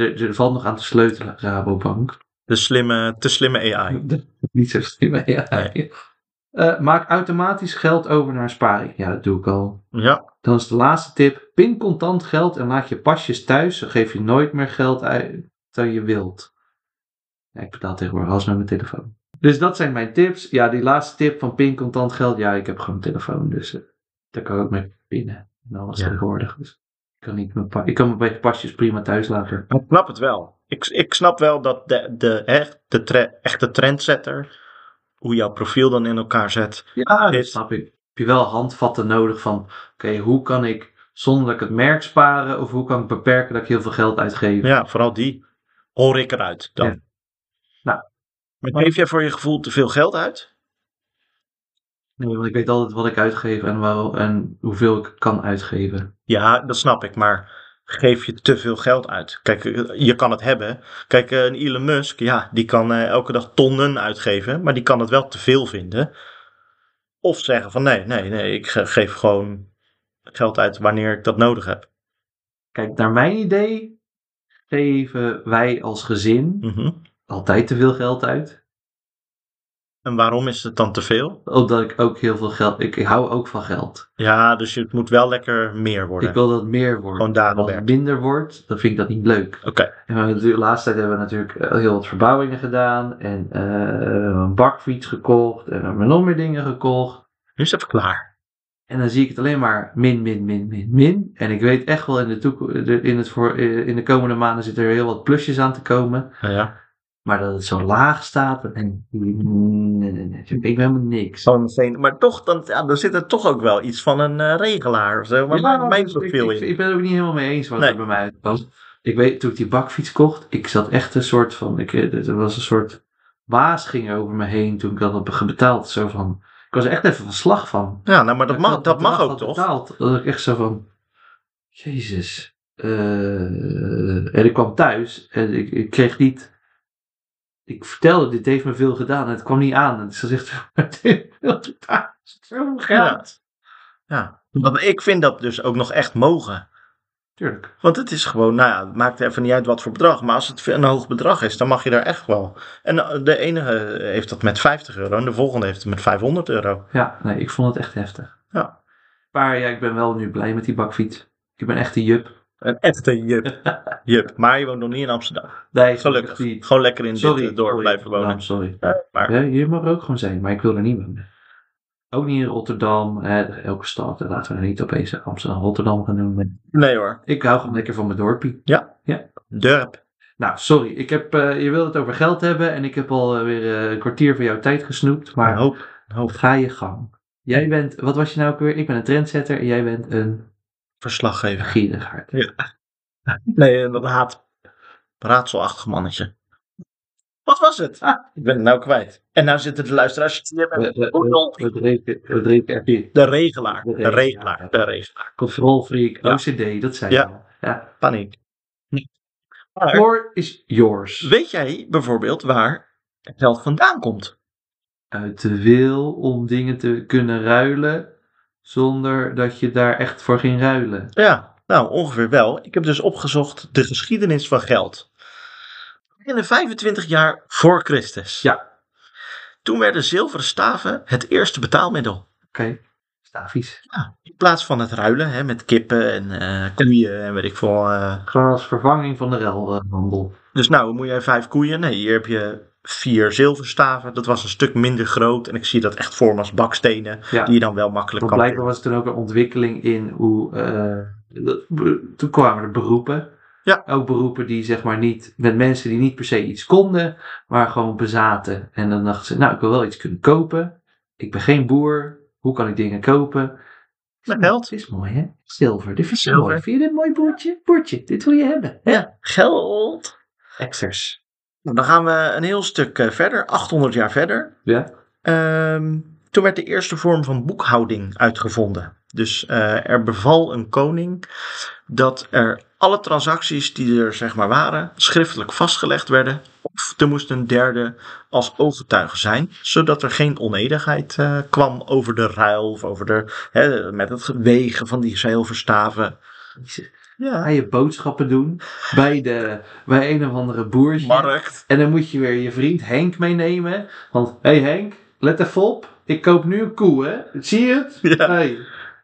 C: er, er valt nog aan te sleutelen, Rabobank.
D: De slimme, te slimme AI.
C: Niet zo slim, hè? ja. Eh, maak automatisch geld over naar een sparing. Ja, dat doe ik al.
D: Ja,
C: Dan is de laatste tip. Pin contant geld en laat je pasjes thuis. Dan geef je nooit meer geld uit dan je wilt. Ja, ik betaal tegenwoordig alles met mijn telefoon. Dus dat zijn mijn tips. Ja, die laatste tip van pin contant geld. Ja, ik heb gewoon een telefoon. Dus eh, daar kan ik ook mee pinnen. En alles
D: Ja.
C: tegenwoordig. Dus ik kan, niet mijn pa- ik kan mijn pasjes prima thuis laten.
D: ik snap het wel. Ik, ik snap wel dat de, de, echt, de tre- echte trendsetter, hoe jouw profiel dan in elkaar zet.
C: Ja,
D: dit-
C: dat snap ik. Heb je wel handvatten nodig van... Oké, hoe kan ik zonder dat ik het merk sparen... of hoe kan ik beperken dat ik heel veel geld uitgeef?
D: Ja, vooral die hoor ik eruit dan.
C: Ja. Nou.
D: Maar geef jij voor je gevoel te veel geld uit?
C: Nee, want ik weet altijd wat ik uitgeef en, wel, en hoeveel ik kan uitgeven.
D: Ja, dat snap ik, maar geef je te veel geld uit. Kijk, eh, je kan het hebben. Kijk, eh, een Elon Musk, ja, die kan eh, elke dag tonnen uitgeven, maar die kan het wel te veel vinden. Of zeggen van nee, nee, nee, ik ge- geef gewoon geld uit wanneer ik dat nodig heb.
C: Kijk, naar mijn idee geven wij als gezin
D: Mhm.
C: altijd te veel geld uit.
D: En waarom is het dan te veel?
C: Omdat ik ook heel veel geld... Ik hou ook van geld.
D: Ja, dus het moet wel lekker meer worden.
C: Ik wil dat het meer wordt.
D: Gewoon daden
C: Als het
D: werken.
C: minder wordt, dan vind ik dat niet leuk.
D: Oké,
C: En we hebben natuurlijk- de laatste tijd hebben we natuurlijk eh, heel wat verbouwingen gedaan. En eh, een bakfiets gekocht. En we hebben nog meer dingen gekocht.
D: nu is het even klaar.
C: En dan zie ik het alleen maar min, min, min, min, min. En ik weet echt wel in de, toeko- de- in het voor, eh, in de komende maanden zitten er heel wat plusjes aan te komen.
D: Nou Ja.
C: Maar dat het zo laag staat. En nee, nee, nee, ik weet helemaal niks.
D: Gewoon meteen- Maar toch, dan, ja, dan zit er toch ook wel iets van een eh, regelaar of zo. Maar
C: Ja,
D: maakt mijn
C: dus ik,
D: profiel
C: ik,
D: in.
C: ik ben het ook niet helemaal mee eens wat
D: Nee.
C: er bij mij uitkwam. Ik weet, toen ik die bakfiets kocht, ik zat echt een soort van, ik, eh, er was een soort waas ging over me heen toen ik dat had ge- betaald. Zo van, ik was er echt even van slag van.
D: Ja, nou, maar dat mag,
C: ik
D: dat mag
C: bedrag
D: ook
C: had
D: toch?
C: Betaald, dat ik echt zo van, jezus. Eh, en ik kwam thuis en ik, ik kreeg niet, ik vertelde, dit heeft me veel gedaan en het kwam niet aan. En ze zegt, het heeft veel gedaan, het is veel geld.
D: Ja. Want ik vind dat dus ook nog echt mogen.
C: Tuurlijk.
D: Want het is gewoon, nou ja, het maakt even niet uit wat voor bedrag. Maar als het een hoog bedrag is, dan mag je daar echt wel. En eh, de ene heeft dat met 50 euro en de volgende heeft het met 500 euro.
C: Ja, nee, ik vond het echt heftig.
D: Ja.
C: Maar ja, ik ben wel nu blij met die bakfiets. Ik ben echt een jup.
D: Een echte jup. jup. Maar je woont nog niet in Amsterdam.
C: Nee,
D: Gelukkig.
C: Die...
D: Gewoon lekker in
C: Sorry,
D: dit eh, dorp
C: sorry, Nou.
D: blijven wonen.
C: Rotterdam, sorry.
D: Ja, maar
C: Ja, je mag er ook gewoon zijn, maar ik wil er niet wonen. Ook niet in Rotterdam. Hè, elke stad, eh, laten we er niet opeens Amsterdam, Rotterdam gaan noemen.
D: nee hoor.
C: Ik hou gewoon lekker van mijn dorpie.
D: Dorp.
C: Nou, sorry. Ik heb, eh, je wilde het over geld hebben en ik heb al eh, weer eh, een kwartier van jouw tijd gesnoept.
D: Maar
C: Maar
D: een hoop, een hoop
C: ga je gang. Jij bent, wat was je nou ook weer? Ik ben een trendsetter en jij bent een
D: verslaggever.
C: gierigaard.
D: Nee, eh, een haat. Raadselachtig mannetje. Wat was het? ik ben het nou kwijt. En nou zitten de luisteraars.
C: We, we, we, we drinken, we drinken er hier.
D: De regelaar.
C: De
D: De regelaar.
C: regelaar.
D: De regelaar.
C: Control freak,
D: Ja.
C: OCD, dat zijn
D: Ja.
C: we. Ja.
D: Paniek. Maar-
C: Your is yours.
D: Weet jij bijvoorbeeld waar het geld vandaan komt?
C: Uit de wil om dingen te kunnen ruilen, zonder dat je daar echt voor ging ruilen.
D: Ja, nou ongeveer wel. Ik heb dus opgezocht de geschiedenis van geld. In de 25 jaar voor Christus.
C: Ja.
D: Toen werden zilveren staven het eerste betaalmiddel.
C: Oké, stafies.
D: Ja, Ah, in plaats van het ruilen hè, met kippen en eh, koeien en weet ik veel. eh.
C: Gewoon als vervanging van de ruilhandel.
D: Dus nou, moet jij vijf koeien? Nee, hier heb je vier zilverstaven. Dat was een stuk minder groot. En ik zie dat echt voor me als bakstenen.
C: Ja.
D: Die je dan wel makkelijk
C: Maar
D: kan...
C: blijkbaar was er toen ook een ontwikkeling in hoe. eh, dat- be- toen kwamen er beroepen.
D: Ja.
C: Ook beroepen die zeg maar niet. met mensen die niet per se iets konden, maar gewoon bezaten. En dan dachten ze: Nou, ik wil wel iets kunnen kopen. Ik ben geen boer. Hoe kan ik dingen kopen?
D: Met geld.
C: Het is mooi, hè? Zilver. Dit vind je
D: Zilver.
C: mooi. Vind je dit een mooi boertje? Boertje, dit wil je hebben. Hè?
D: Ja, geld.
C: Exters.
D: Nou, dan gaan we een heel stuk eh, verder, 800 jaar verder.
C: Ja.
D: Ehm, toen werd de eerste vorm van boekhouding uitgevonden. Dus eh, er beval een koning dat er alle transacties die er zeg maar waren schriftelijk vastgelegd werden. Of er moest een derde als ooggetuige zijn, zodat er geen onedigheid eh, kwam over de ruil of over de, hè, met het wegen van die zilverstaven.
C: Ga
D: Ja,
C: je boodschappen doen bij, de, bij een of andere boertje.
D: markt.
C: En dan moet je weer je vriend Henk meenemen. Want, hé hey Henk, let even op. Ik koop nu een koe, hè? Zie je het?
D: Ja,
C: Hey,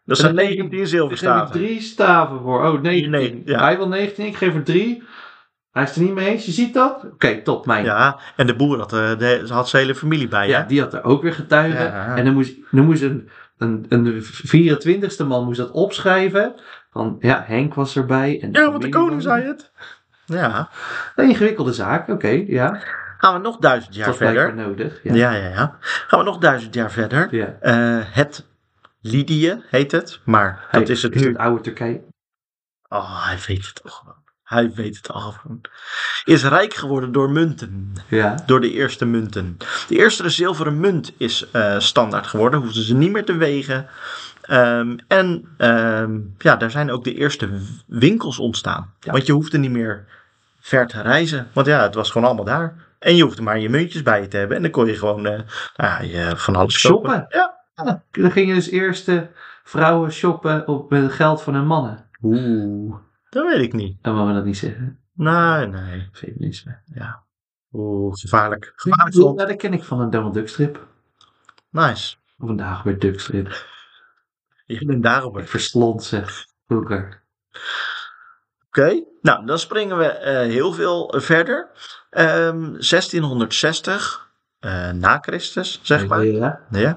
D: dat
C: En
D: zijn
C: dan denk
D: 19
C: ik- daar heb ik
D: zilverstaven.
C: drie staven voor. Oh, 19.
D: Nee, ja.
C: Hij wil 19, ik geef er drie. Hij is er niet mee eens, je ziet dat? Oké, top, mijn.
D: Ja, en de boer had, eh, de, had zijn hele familie bij.
C: Ja,
D: Ja.
C: die had er ook weer getuigen.
D: Ja.
C: En dan moest, dan moest een, een, een 24ste man moest dat opschrijven. Van, ja, Henk was erbij. En
D: ja, want de koning zei het. Ja.
C: Een ingewikkelde zaak, oké, ja.
D: Gaan we nog duizend
C: Dat
D: jaar
C: was
D: verder?
C: blijkbaar nodig.
D: Ja.
C: Ja. ja.
D: ja, ja, Gaan we nog duizend jaar verder? Eh, het Lydië heet het, maar dat
C: Hey,
D: is het
C: is
D: nu.
C: dat oude Turkije?
D: Oh, hij weet het al gewoon. Hij weet het al gewoon. Is rijk geworden door munten.
C: Ja.
D: Door de eerste munten. De eerste zilveren munt is eh, standaard geworden. Hoefden ze niet meer te wegen. Ehm, en ehm, ja, daar zijn ook de eerste w- winkels ontstaan.
C: Ja.
D: Want je hoefde niet meer ver te reizen. Want ja, het was gewoon allemaal daar. En je hoefde maar je muntjes bij je te hebben. En dan kon je gewoon eh, nou ja, je van alles kopen.
C: Shoppen.
D: Ja.
C: Dan ging je dus eerst eh, vrouwen shoppen op, met het geld van hun mannen.
D: Oeh. Dat weet ik niet.
C: Dan mogen we dat niet zeggen.
D: Nee, nee.
C: Feminisme.
D: Ja. Oeh, gevaarlijk. Gevaarlijk.
C: Ja,
D: land.
C: dat ken ik van een Donald Duck strip.
D: Nice.
C: Vandaag weer Duck strip.
D: Je bent daarover.
C: Ik verslond zeg. Vroeger.
D: Oké, nou dan springen we eh, heel veel verder. Ehm, 1660 eh, na Christus, zeg maar.
C: Ja.
D: Ja.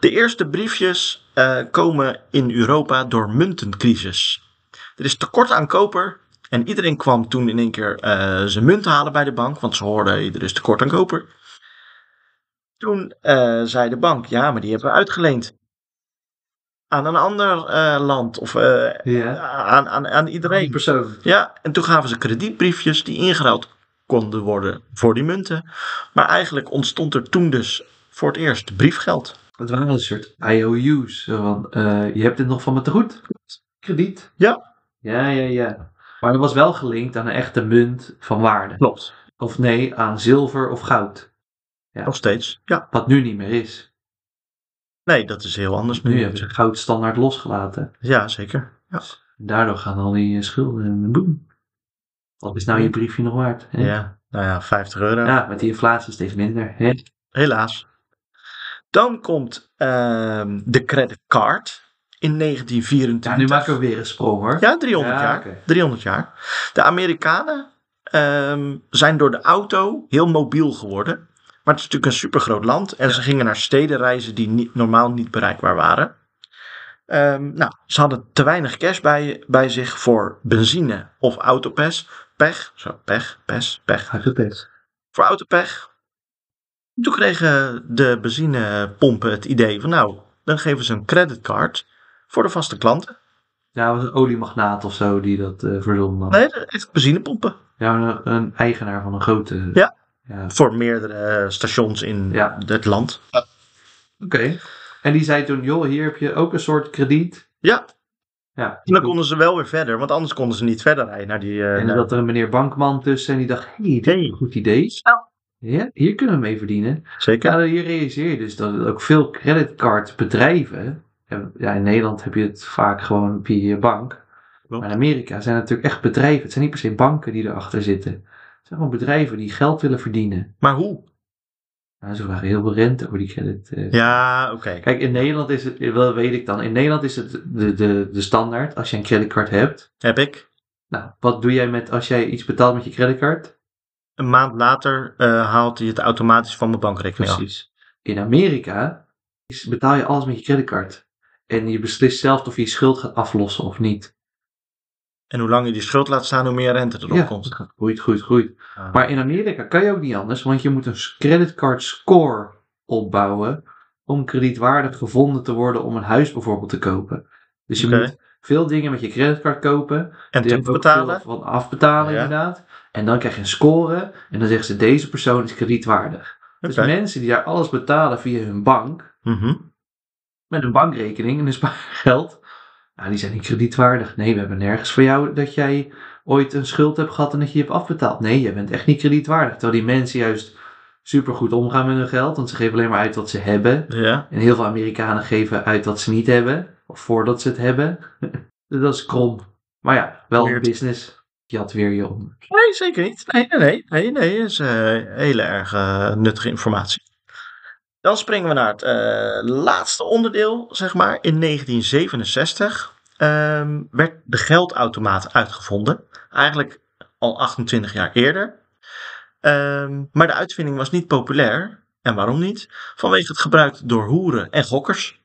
D: De eerste briefjes eh, komen in Europa door muntencrisis. Er is tekort aan koper. En iedereen kwam toen in één keer eh, zijn munt halen bij de bank, want ze hoorden er is tekort aan koper. Toen eh, zei de bank, ja, maar die hebben we uitgeleend. Aan een ander eh, land of eh,
C: Ja.
D: aan, aan, aan iedereen.
C: persoon.
D: Ja, en toen gaven ze kredietbriefjes die ingeruild konden worden voor die munten. Maar eigenlijk ontstond er toen dus voor het eerst briefgeld.
C: Het waren een soort IOU's. zo Van, eh, je hebt dit nog van me te goed. Krediet.
D: Ja.
C: Ja, ja, ja. Maar dat was wel gelinkt aan een echte munt van waarde.
D: Klopt.
C: Of nee, aan zilver of goud.
D: Nog steeds. Ja.
C: Wat nu niet meer is.
D: Nee, dat is heel anders
C: Nu
D: nu.
C: hebben ze goud standaard losgelaten.
D: Ja, zeker. Ja.
C: Daardoor gaan al die eh, schulden in de boem. Wat is nou je briefje nog waard? hè?
D: ja. Nou ja, 50 euro.
C: Ja, met die inflatie steeds minder. Hè?
D: Helaas. Dan komt ehm, de creditcard in 1924.
C: Ja, nu maken we weer een sprong hoor.
D: Ja, 300
C: Ja,
D: jaar.
C: oké.
D: 300 jaar. De Amerikanen ehm, zijn door de auto heel mobiel geworden. Maar het is natuurlijk een supergroot land. En ze gingen naar steden reizen die niet, normaal niet bereikbaar waren. Ehm, nou, ze hadden te weinig cash bij, bij zich voor benzine of autopes. Pech, zo, pech, pes, pech
C: Ga goed, Pes.
D: voor autopech. Toen kregen de benzinepompen het idee van nou, dan geven ze een creditcard voor de vaste klanten.
C: Ja, het was een oliemagnaat of zo die dat eh verzon had.
D: Nee, echt benzinepompen.
C: Ja, een, een eigenaar van een grote.
D: Ja.
C: ja. Oké.
D: Voor meerdere eh, stations in
C: Ja.
D: het land.
C: En die zei toen: joh, hier heb je ook een soort krediet.
D: Ja,
C: Ja.
D: en dan konden ze wel weer verder, want anders konden ze niet verder rijden naar die... eh,
C: En
D: naar-
C: dat er een meneer Bankman tussen en die dacht: hé, hey, dit is
D: Hey.
C: een goed idee.
D: Ja.
C: Ja, hier kunnen we mee verdienen.
D: Zeker.
C: Ja, hier realiseer je dus dat ook veel creditcardbedrijven. en Ja, in Nederland heb je het vaak gewoon via je bank.
D: Klopt.
C: Maar in Amerika zijn het natuurlijk echt bedrijven. Het zijn niet per se banken die erachter zitten. Het zijn gewoon bedrijven die geld willen verdienen.
D: Maar hoe?
C: Nou, ze vragen heel veel rente over die credit. eh.
D: Ja, oké.
C: Kijk, in Nederland is het, eh, wel weet ik dan, in Nederland is het de, de, de standaard als je een creditcard hebt.
D: Heb ik.
C: Nou, wat doe jij met als jij iets betaalt met je creditcard?
D: Een maand later eh, haalt hij het automatisch van mijn bankrekening af.
C: Precies. In Amerika is, betaal je alles met je creditcard. En je beslist zelf of je je schuld gaat aflossen of niet.
D: En hoe langer je die schuld laat staan, hoe meer rente erop
C: Ja,
D: komt.
C: het gaat groeit, groeit, groeit.
D: Ah.
C: Maar in Amerika kan je ook niet anders, want je moet een creditcard score opbouwen om kredietwaardig gevonden te worden om een huis bijvoorbeeld te kopen. Dus je
D: Oké.
C: moet veel dingen met je creditcard kopen
D: En
C: Je
D: terug
C: hebt ook
D: betalen.
C: veel Van afbetalen,
D: Ja.
C: inderdaad. En dan krijg je een score. En dan zeggen ze: deze persoon is kredietwaardig. Dus
D: Oké.
C: mensen die daar alles betalen via hun bank,
D: Mhm.
C: met hun bankrekening en hun spaargeld, nou, die zijn niet kredietwaardig. Nee, we hebben nergens voor jou dat jij ooit een schuld hebt gehad en dat je die hebt afbetaald. Nee, je bent echt niet kredietwaardig. Terwijl die mensen juist supergoed omgaan met hun geld, want ze geven alleen maar uit wat ze hebben.
D: Ja.
C: En heel veel Amerikanen geven uit wat ze niet hebben, of voordat ze het hebben. Dus dat is krom. Maar ja, wel een
D: Weird.
C: business. Je had weer je om.
D: Nee, zeker niet. Nee, nee, nee. Nee, nee. is eh, hele erg eh, nuttige informatie. Dan springen we naar het eh, laatste onderdeel, zeg maar. In 1967 ehm, werd de geldautomaat uitgevonden. Eigenlijk al 28 jaar eerder. Ehm, maar de uitvinding was niet populair. En waarom niet? Vanwege het gebruik door hoeren en gokkers.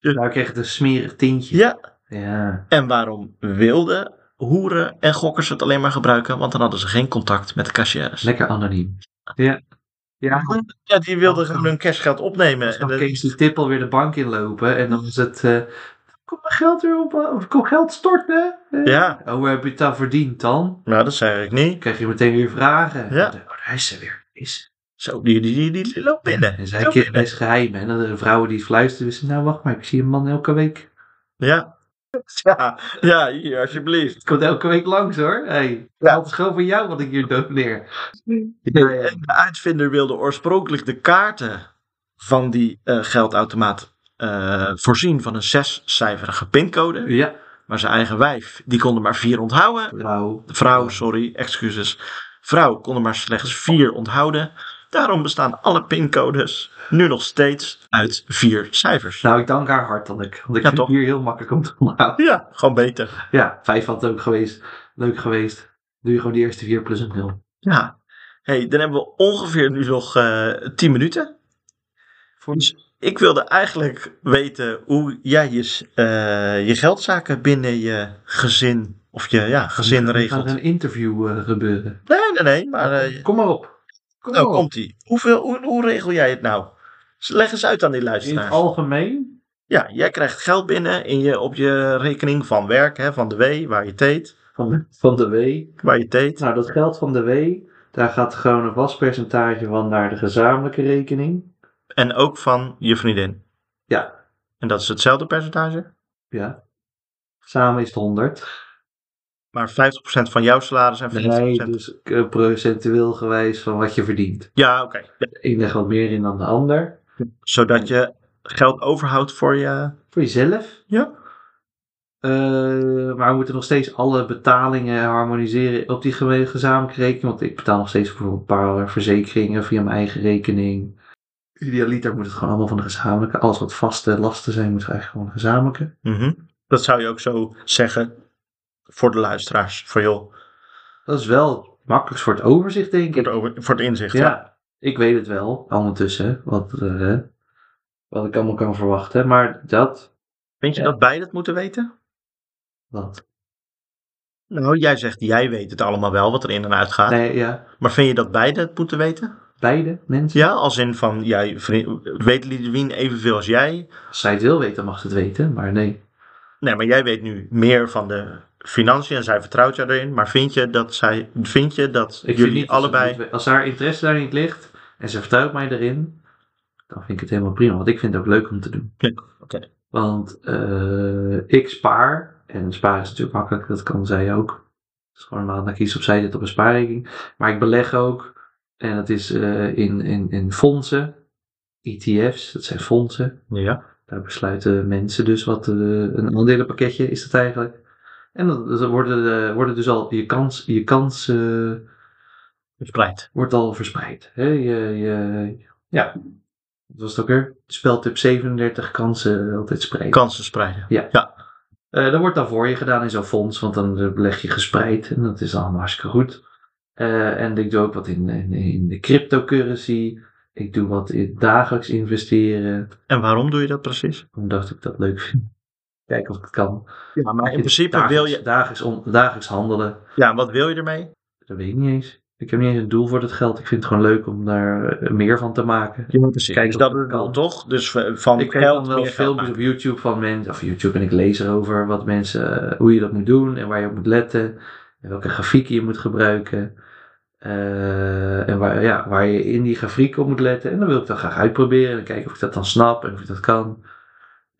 C: Daar Nou, kreeg het een smerig tintje.
D: Ja,
C: Ja.
D: En waarom wilden hoeren en gokkers het alleen maar gebruiken? Want dan hadden ze geen contact met de cashiers.
C: Lekker anoniem. Ja. Ja.
D: Ja, die wilden gewoon hun cashgeld opnemen.
C: Dan
D: Eh, En dat-
C: keek die tip alweer de bank inlopen en dan is het... eh kom mijn geld weer op, eh, of kom geld storten. Eh,
D: ja,
C: Oh, waar heb je het dan verdiend dan?
D: nou dat zei ik niet.
C: Dan krijg je meteen weer vragen.
D: Ja.
C: Oh, daar is ze weer. Is ze.
D: Zo, die, die, die, die loopt binnen.
C: En
D: Die
C: zij
D: loopt
C: keek
D: binnen.
C: best geheim. En dan de vrouwen die het fluisterden wisten, nou wacht maar, ik zie een man elke week.
D: Ja. Ja, ja, hier, alsjeblieft.
C: Het komt elke week langs hoor. Hey,
D: Ja.
C: Het is gewoon voor jou wat ik hier doneer.
D: En de uitvinder wilde oorspronkelijk de kaarten van die eh, geldautomaat eh, voorzien van een zescijferige pincode.
C: Ja.
D: Maar zijn eigen wijf, die kon er maar vier onthouden.
C: Vrouw.
D: Vrouw, sorry, excuses. Vrouw kon er maar slechts vier onthouden. Daarom bestaan alle pincodes nu nog steeds uit vier cijfers.
C: Nou, ik dank haar hartelijk. Want ik
D: Ja,
C: vind
D: toch?
C: hier heel makkelijk om te onthouden.
D: Ja, gewoon beter.
C: Ja, vijf had ook geweest. Leuk geweest. Doe je gewoon de eerste vier plus een nul.
D: Ja. hey, dan hebben we ongeveer nu nog eh 10 minuten.
C: Voor...
D: Dus ik wilde eigenlijk weten hoe jij je, eh, je geldzaken binnen je gezin of je ja, gezin
C: Er gaat
D: regelt.
C: een interview eh, gebeuren.
D: Nee, nee, nee, maar eh,
C: Kom maar op. Kom
D: nou
C: maar op.
D: komt ie. Hoeveel, hoe, hoe regel jij het nou? Dus Leg eens uit aan die
C: In het
D: luisteraars.
C: algemeen?
D: Ja, jij krijgt geld binnen in je, op je rekening van werk, hè, van de W, waar je teet.
C: Van de, van de W.
D: Waar je teet.
C: Nou, dat geld van de W, daar gaat gewoon een vast percentage van naar de gezamenlijke rekening.
D: En ook van je vriendin.
C: Ja.
D: En dat is hetzelfde percentage.
C: Ja. Samen is het 100.
D: Maar 50% van jouw salaris en 50%.
C: Nee, dus eh, procentueel gewijs van wat je verdient.
D: Ja, oké. Ja.
C: De een legt wat meer in dan de ander.
D: Zodat je geld overhoudt voor je.
C: Voor jezelf.
D: Ja.
C: Eh, maar we moeten nog steeds alle betalingen harmoniseren op die geme- gezamenlijke rekening. Want ik betaal nog steeds voor een paar verzekeringen via mijn eigen rekening. Idealiter moet het gewoon allemaal van de gezamenlijke. Alles wat vaste lasten zijn, moet eigenlijk gewoon de gezamenlijke.
D: Mhm. Dat zou je ook zo zeggen voor de luisteraars. Voor joh,
C: Dat is wel het makkelijkst voor het overzicht, denk
D: voor
C: ik.
D: het, over- voor het inzicht. hè?
C: Ja, ik weet het wel, ondertussen, wat, eh, wat ik allemaal kan verwachten. Maar dat,
D: Vind je
C: Ja.
D: dat wij dat moeten weten?
C: dat.
D: Nou, jij zegt jij weet het allemaal wel wat er in en uit gaat.
C: Nee, ja,
D: Maar vind je dat wij dat moeten weten?
C: beide mensen.
D: Ja, als in van jij vriend, weet Lidwien evenveel als jij.
C: Als zij het wil weten, dan mag ze het weten, maar nee.
D: Nee, maar jij weet nu meer van de financiën en zij vertrouwt jou erin. Maar vind je dat zij, vind je dat
C: Ik vind
D: jullie
C: niet dat ze het
D: allebei.
C: moet we- als haar interesse daar niet ligt en ze vertrouwt mij erin, dan vind ik het helemaal prima. Want ik vind het ook leuk om te doen.
D: Ja, oké.
C: Want eh, ik spaar. En sparen is natuurlijk makkelijk, dat kan zij ook. Dus gewoon een maand naar kies of zij zit op een spaarrekening. Maar ik beleg ook. En dat is eh, in, in, in fondsen. ETF's, dat zijn fondsen.
D: Ja.
C: Daar besluiten mensen dus wat eh, een aandelenpakketje is dat eigenlijk. En dan dan worden, de- worden dus al je kans, je kans eh,
D: Verspreid.
C: wordt al verspreid. Hè? Je, je, ja, dat was het ook weer. Speltip 37, kansen eh, altijd spreiden.
D: Kansen spreiden.
C: Eh, dat wordt dan voor je gedaan in zo'n fonds, want dan eh, leg je gespreid en dat is allemaal hartstikke goed. Eh, en ik doe ook wat in, in, in de cryptocurrency. Ik doe wat in dagelijks investeren.
D: En waarom doe je dat precies?
C: Omdat ik dat leuk vind. Kijken of ik het kan.
D: Ja, maar in principe wil je.
C: Dagelijks, on- dagelijks handelen,
D: Ja, wat wil je ermee?
C: dat weet ik niet eens. Ik heb niet eens een doel voor dat geld. Ik vind het gewoon leuk om daar eh, meer van te maken.
D: Ja, precies.
C: Kijk,
D: dus
C: dat
D: dat is
C: kan.
D: wel toch? Dus v- van
C: Ik kijk
D: geld
C: dan wel
D: meer geld
C: filmpjes op YouTube van mensen, of YouTube en ik lees erover wat mensen, eh, hoe je dat moet doen en waar je op moet letten. En welke grafieken je moet gebruiken. Eh, en waar, ja, waar je in die grafiek op moet letten. En dan wil ik dat graag uitproberen en kijken of ik dat dan snap en of ik dat kan.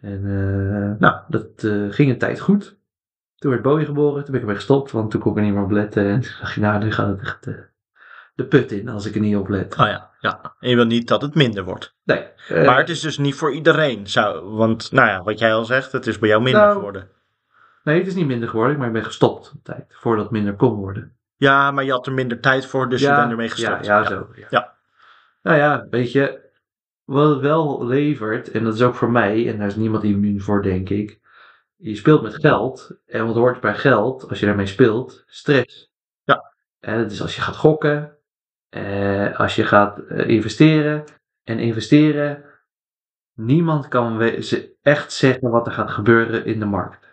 C: En eh, nou, dat eh, ging een tijd goed. Toen werd Bowie geboren, toen ben ik ermee gestopt, want toen kon ik er niet meer op letten. En toen dacht je, nou, nu gaat het echt eh, de put in als ik er niet op let.
D: maken. Oh ja, ja. En je wil niet dat het minder wordt.
C: Nee. eh,
D: maar het is dus niet voor iedereen. Zou, want, nou ja, wat jij al zegt, het is bij jou minder
C: Nou.
D: geworden.
C: Nee, het is niet minder geworden, maar ik ben gestopt op tijd. Voordat het minder kon worden.
D: Ja, maar je had er minder tijd voor, dus je bent ermee gestopt.
C: Ja, ja, zo. Ja.
D: Ja.
C: Nou ja, weet je, wat het wel levert, en dat is ook voor mij, en daar is niemand immuun voor, denk ik. Je speelt met geld, en wat hoort bij geld, als je daarmee speelt, stress.
D: Ja.
C: En dat is als je gaat gokken, eh, als je gaat eh, investeren, en investeren, niemand kan we- ze- echt zeggen wat er gaat gebeuren in de markt.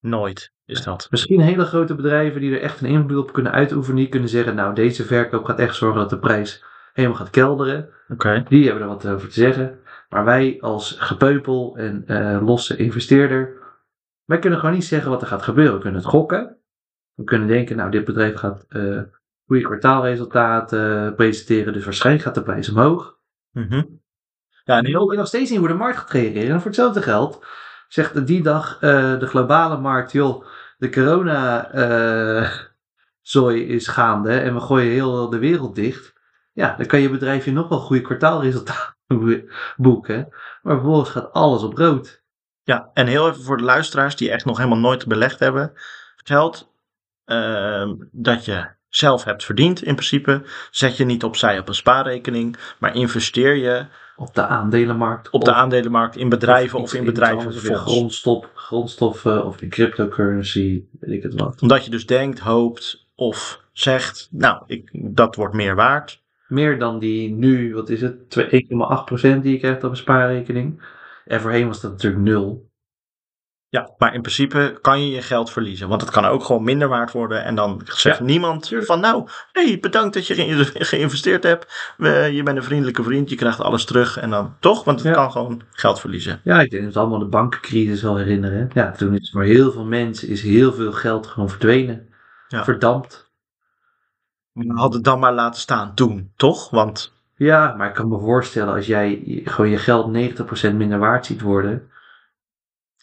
D: Nooit is dat.
C: Misschien hele grote bedrijven die er echt een invloed op kunnen uitoefenen, die kunnen zeggen, nou deze verkoop gaat echt zorgen dat de prijs helemaal gaat kelderen.
D: Oké.
C: Die hebben er wat over te zeggen. Maar wij als gepeupel en eh, losse investeerder, wij kunnen gewoon niet zeggen wat er gaat gebeuren. We kunnen het gokken. We kunnen denken, nou dit bedrijf gaat eh goede kwartaalresultaten presenteren, dus waarschijnlijk gaat de prijs omhoog.
D: Mhm. Ja, en
C: En we
D: heel,
C: weten nog steeds niet hoe de markt gaat reageren. En voor hetzelfde geld zegt die dag eh, de globale markt, joh, de corona eh, zooi is gaande en we gooien heel de wereld dicht. Ja, dan kan je bedrijf je nog wel goede kwartaalresultaten boeken. Maar vervolgens gaat alles op rood.
D: Ja, en heel even voor de luisteraars die echt nog helemaal nooit belegd hebben. Geld ehm, dat je zelf hebt verdiend in principe, zet je niet opzij op een spaarrekening, maar investeer je
C: Op de aandelenmarkt.
D: op de aandelenmarkt in bedrijven of,
C: iets-
D: in
C: iets
D: bedrijven
C: anders, weer
D: vervolgens.
C: grondstof, grondstoffen of in cryptocurrency, weet ik het wat.
D: Omdat je dus denkt, hoopt of zegt, nou, ik, dat wordt meer waard.
C: Meer dan die nu, wat is het, 2,8% die je krijgt op een spaarrekening. En voorheen was dat natuurlijk nul.
D: Ja, maar in principe kan je je geld verliezen. Want het kan ook gewoon minder waard worden. En dan zegt niemand
C: tuurlijk.
D: van nou, hey, bedankt dat je ge- geïnvesteerd hebt. We- je bent een vriendelijke vriend, je krijgt alles terug. En dan toch, want het
C: Ja.
D: kan gewoon geld verliezen.
C: Ja, ik denk dat we allemaal de bankencrisis wel herinneren. Ja, toen is voor heel veel mensen is heel veel geld gewoon verdwenen.
D: Ja.
C: Verdampt.
D: We hadden het dan maar laten staan toen, toch? Want
C: Ja, maar ik kan me voorstellen als jij je- gewoon je geld 90% minder waard ziet worden.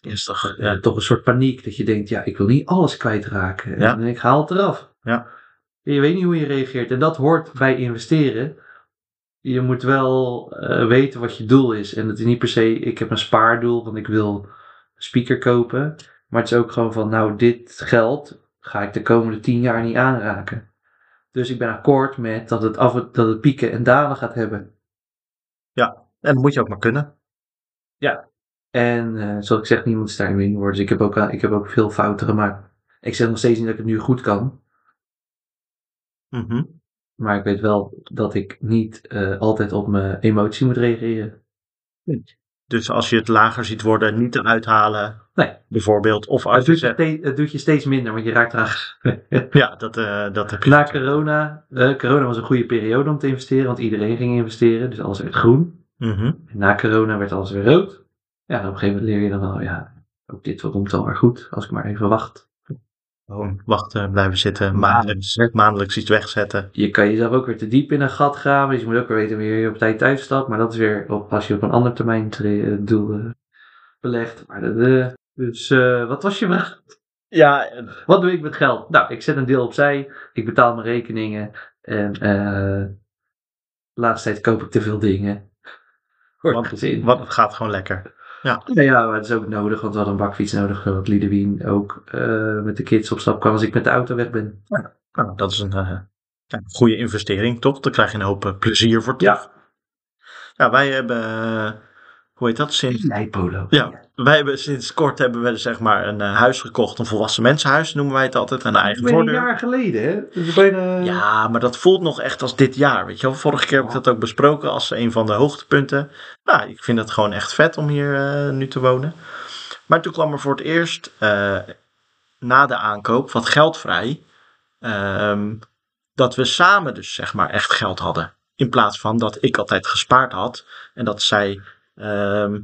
D: is toch,
C: eh, toch een soort paniek dat je denkt, ja, ik wil niet alles kwijtraken.
D: Ja.
C: En ik haal het eraf.
D: Ja.
C: En je weet niet hoe je reageert. En dat hoort bij investeren. Je moet wel eh, weten wat je doel is. En het is niet per se, ik heb een spaardoel, want ik wil een speaker kopen. Maar het is ook gewoon van, nou, dit geld ga ik de komende tien jaar niet aanraken. Dus ik ben akkoord met dat het, af, dat het pieken en dalen gaat hebben.
D: en dat moet je ook maar kunnen.
C: En eh, zoals ik zeg, niemand is daarin in worden. Dus ik heb, ook, eh, ik heb ook veel fouten gemaakt. Ik zeg nog steeds niet dat ik het nu goed kan.
D: Mhm.
C: Maar ik weet wel dat ik niet eh, altijd op mijn emotie moet reageren.
D: Dus als je het lager ziet worden, niet eruit halen.
C: Nee.
D: Bijvoorbeeld. Of als
C: Het
D: je
C: doet, je
D: zegt,
C: steeds, het doet je steeds minder, want je raakt eraan. ge-
D: ja, dat, eh, dat heb je.
C: Na corona, eh, corona was een goede periode om te investeren, want iedereen ging investeren. Dus alles werd groen.
D: Mhm.
C: En na corona werd alles weer rood. Ja, en op een gegeven moment leer je dan wel, ja, ook dit komt alweer goed, als ik maar even wacht.
D: Gewoon wachten, blijven zitten, maandelijks, maandelijks iets wegzetten.
C: je kan jezelf ook weer te diep in een gat graven. Dus je moet ook weer weten wanneer je op tijd thuis stapt. Maar dat is weer op, als je op een ander termijn tre- eh, doel eh, belegt. Maar dat, eh, dus eh, wat was je vraag?
D: Ja,
C: Wat doe ik met geld? Nou, ik zet een deel opzij. Ik betaal mijn rekeningen. En eh de laatste tijd koop ik te veel dingen. Wordt
D: Want-
C: gezin.
D: want het gaat gewoon lekker.
C: Nou ja, maar dat is ook nodig. Want we hadden een bakfiets nodig. eh, Wat Liedewien ook eh, met de kids op stap kwam. Als ik met de auto weg ben.
D: Nou, dat is een eh, ja, goede investering, toch? Daar krijg je een hoop eh, plezier voor terug. Ja. wij hebben, eh, hoe heet dat? Sinds,
C: Nijpolo.
D: ja, wij hebben sinds kort hebben we zeg maar een eh, huis gekocht, een volwassen mensenhuis noemen wij het altijd, een eigen
C: Ik ben een
D: voordeur.
C: jaar geleden, hè? Dus bijna...
D: Ja, maar dat voelt nog echt als dit jaar, weet je wel. Vorige keer heb ik dat ook besproken als een van de hoogtepunten. Nou, ik vind het gewoon echt vet om hier eh, nu te wonen. Maar toen kwam er voor het eerst eh, na de aankoop wat geld vrij. ehm, dat we samen dus zeg maar echt geld hadden. In plaats van dat ik altijd gespaard had en dat zij... ehm,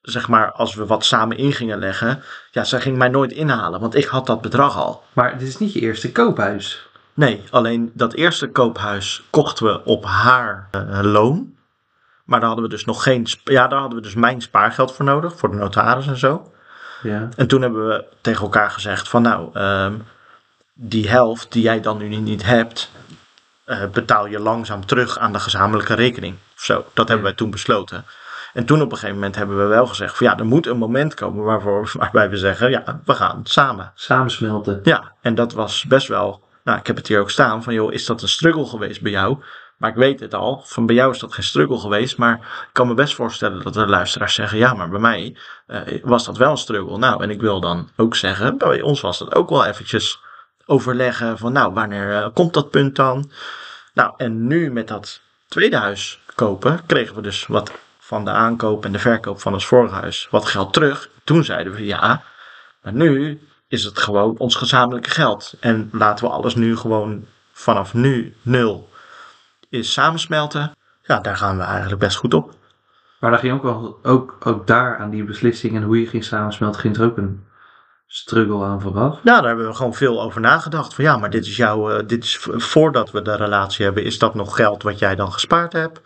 D: Zeg maar, als we wat samen in gingen leggen, ja, zij ging mij nooit inhalen, want ik had dat bedrag al.
C: Maar dit is niet je eerste koophuis.
D: Nee, alleen dat eerste koophuis kochten we op haar eh, loon. Maar daar hadden we dus nog geen. sp- Ja, daar hadden we dus mijn spaargeld voor nodig. Voor de notaris en zo.
C: Ja.
D: En toen hebben we tegen elkaar gezegd: van nou, ehm, die helft die jij dan nu niet- niet hebt. eh, betaal je langzaam terug aan de gezamenlijke rekening. Of zo. Dat hebben wij toen besloten. En toen op een gegeven moment hebben we wel gezegd: van ja, er moet een moment komen waarvoor, waarbij we zeggen: ja, we gaan samen.
C: Samensmelten.
D: Ja, en dat was best wel. Nou, ik heb het hier ook staan van, joh, is dat een struggle geweest bij jou? Maar ik weet het al, van bij jou is dat geen struggle geweest. Maar ik kan me best voorstellen dat er luisteraars zeggen, ja, maar bij mij eh, was dat wel een struggle. Nou, en ik wil dan ook zeggen, bij ons was dat ook wel eventjes overleggen van, nou, wanneer eh, komt dat punt dan? Nou, en nu met dat tweede huis kopen, kregen we dus wat van de aankoop en de verkoop van ons vorige huis, wat geld terug. Toen zeiden we, ja, maar nu is het gewoon ons gezamenlijke geld. En laten we alles nu gewoon vanaf nu nul is samensmelten. Ja, daar gaan we eigenlijk best goed op.
C: Maar dan ging ook, wel, ook, ook daar aan die beslissing en hoe je ging samensmelten, ging er ook een struggle aan vooraf.
D: Nou, daar hebben we gewoon veel over nagedacht. Van ja, maar dit is jouw, eh, dit is v- voordat we de relatie hebben, is dat nog geld wat jij dan gespaard hebt?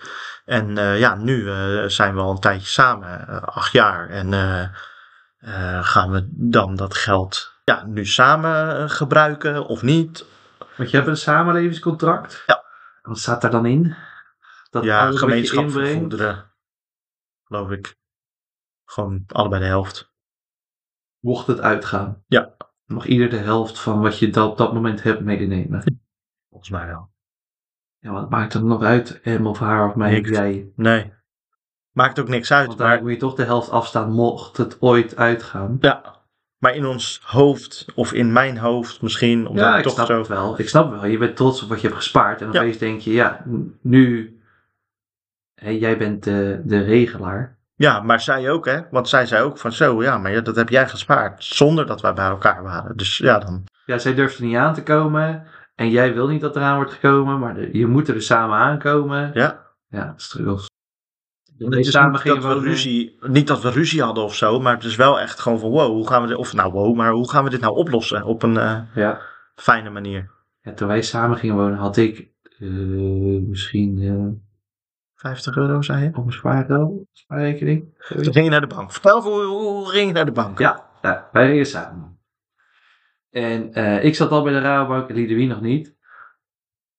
D: En eh, ja, nu eh, zijn we al een tijdje samen, eh, acht jaar. En eh, eh, gaan we dan dat geld ja, nu samen eh, gebruiken of niet?
C: Want je hebt een samenlevingscontract.
D: Ja.
C: Wat staat daar dan in? Dat
D: ja,
C: alles wat je
D: gemeenschap van
C: inbrengt,
D: goederen. geloof ik. Gewoon allebei de helft.
C: Mocht het uitgaan.
D: Ja.
C: Mag ieder de helft van wat je dat, op dat moment hebt meenemen.
D: Volgens mij wel.
C: Ja, wat maakt het nog uit, hem of haar of mij of
D: Niks.
C: jij?
D: Nee. Maakt ook niks uit.
C: Want daar
D: Maar,
C: moet je toch de helft afstaan, mocht het ooit uitgaan.
D: ja. maar in ons hoofd, of in mijn hoofd misschien, omdat
C: Ja,
D: ik
C: ik
D: toch
C: snap
D: zo.
C: het wel. Ik snap het wel. Je bent trots op wat je hebt gespaard. En
D: Ja.
C: opeens denk je, ja, n- nu... Hé, jij bent de, de regelaar.
D: Ja, maar zij ook, hè? Want zij zei ook van zo, ja, maar ja, dat heb jij gespaard. Zonder dat wij bij elkaar waren. Dus ja, dan.
C: Ja, zij durft er niet aan te komen. En jij wil niet dat eraan wordt gekomen. Maar de- je moet er dus samen aankomen.
D: Ja.
C: Ja, struggles.
D: Het is
C: samen
D: niet
C: gingen
D: dat,
C: we
D: we
C: ook, eh,
D: ruzie, niet dat we ruzie hadden of zo, maar het is wel echt gewoon van wow, hoe gaan we dit, of nou wow, maar hoe gaan we dit nou oplossen op een eh,
C: Ja.
D: fijne manier?
C: Ja, toen wij samen gingen wonen had ik eh, misschien eh
D: 50 euro zei je?
C: op een spaargeld, spaarrekening.
D: Toen Dus ging je naar de bank. Vertel even, hoe, hoe ging je naar de bank?
C: Ja, ja, wij gingen samen. En eh, ik zat al bij de Rabobank en Lidewien nog niet.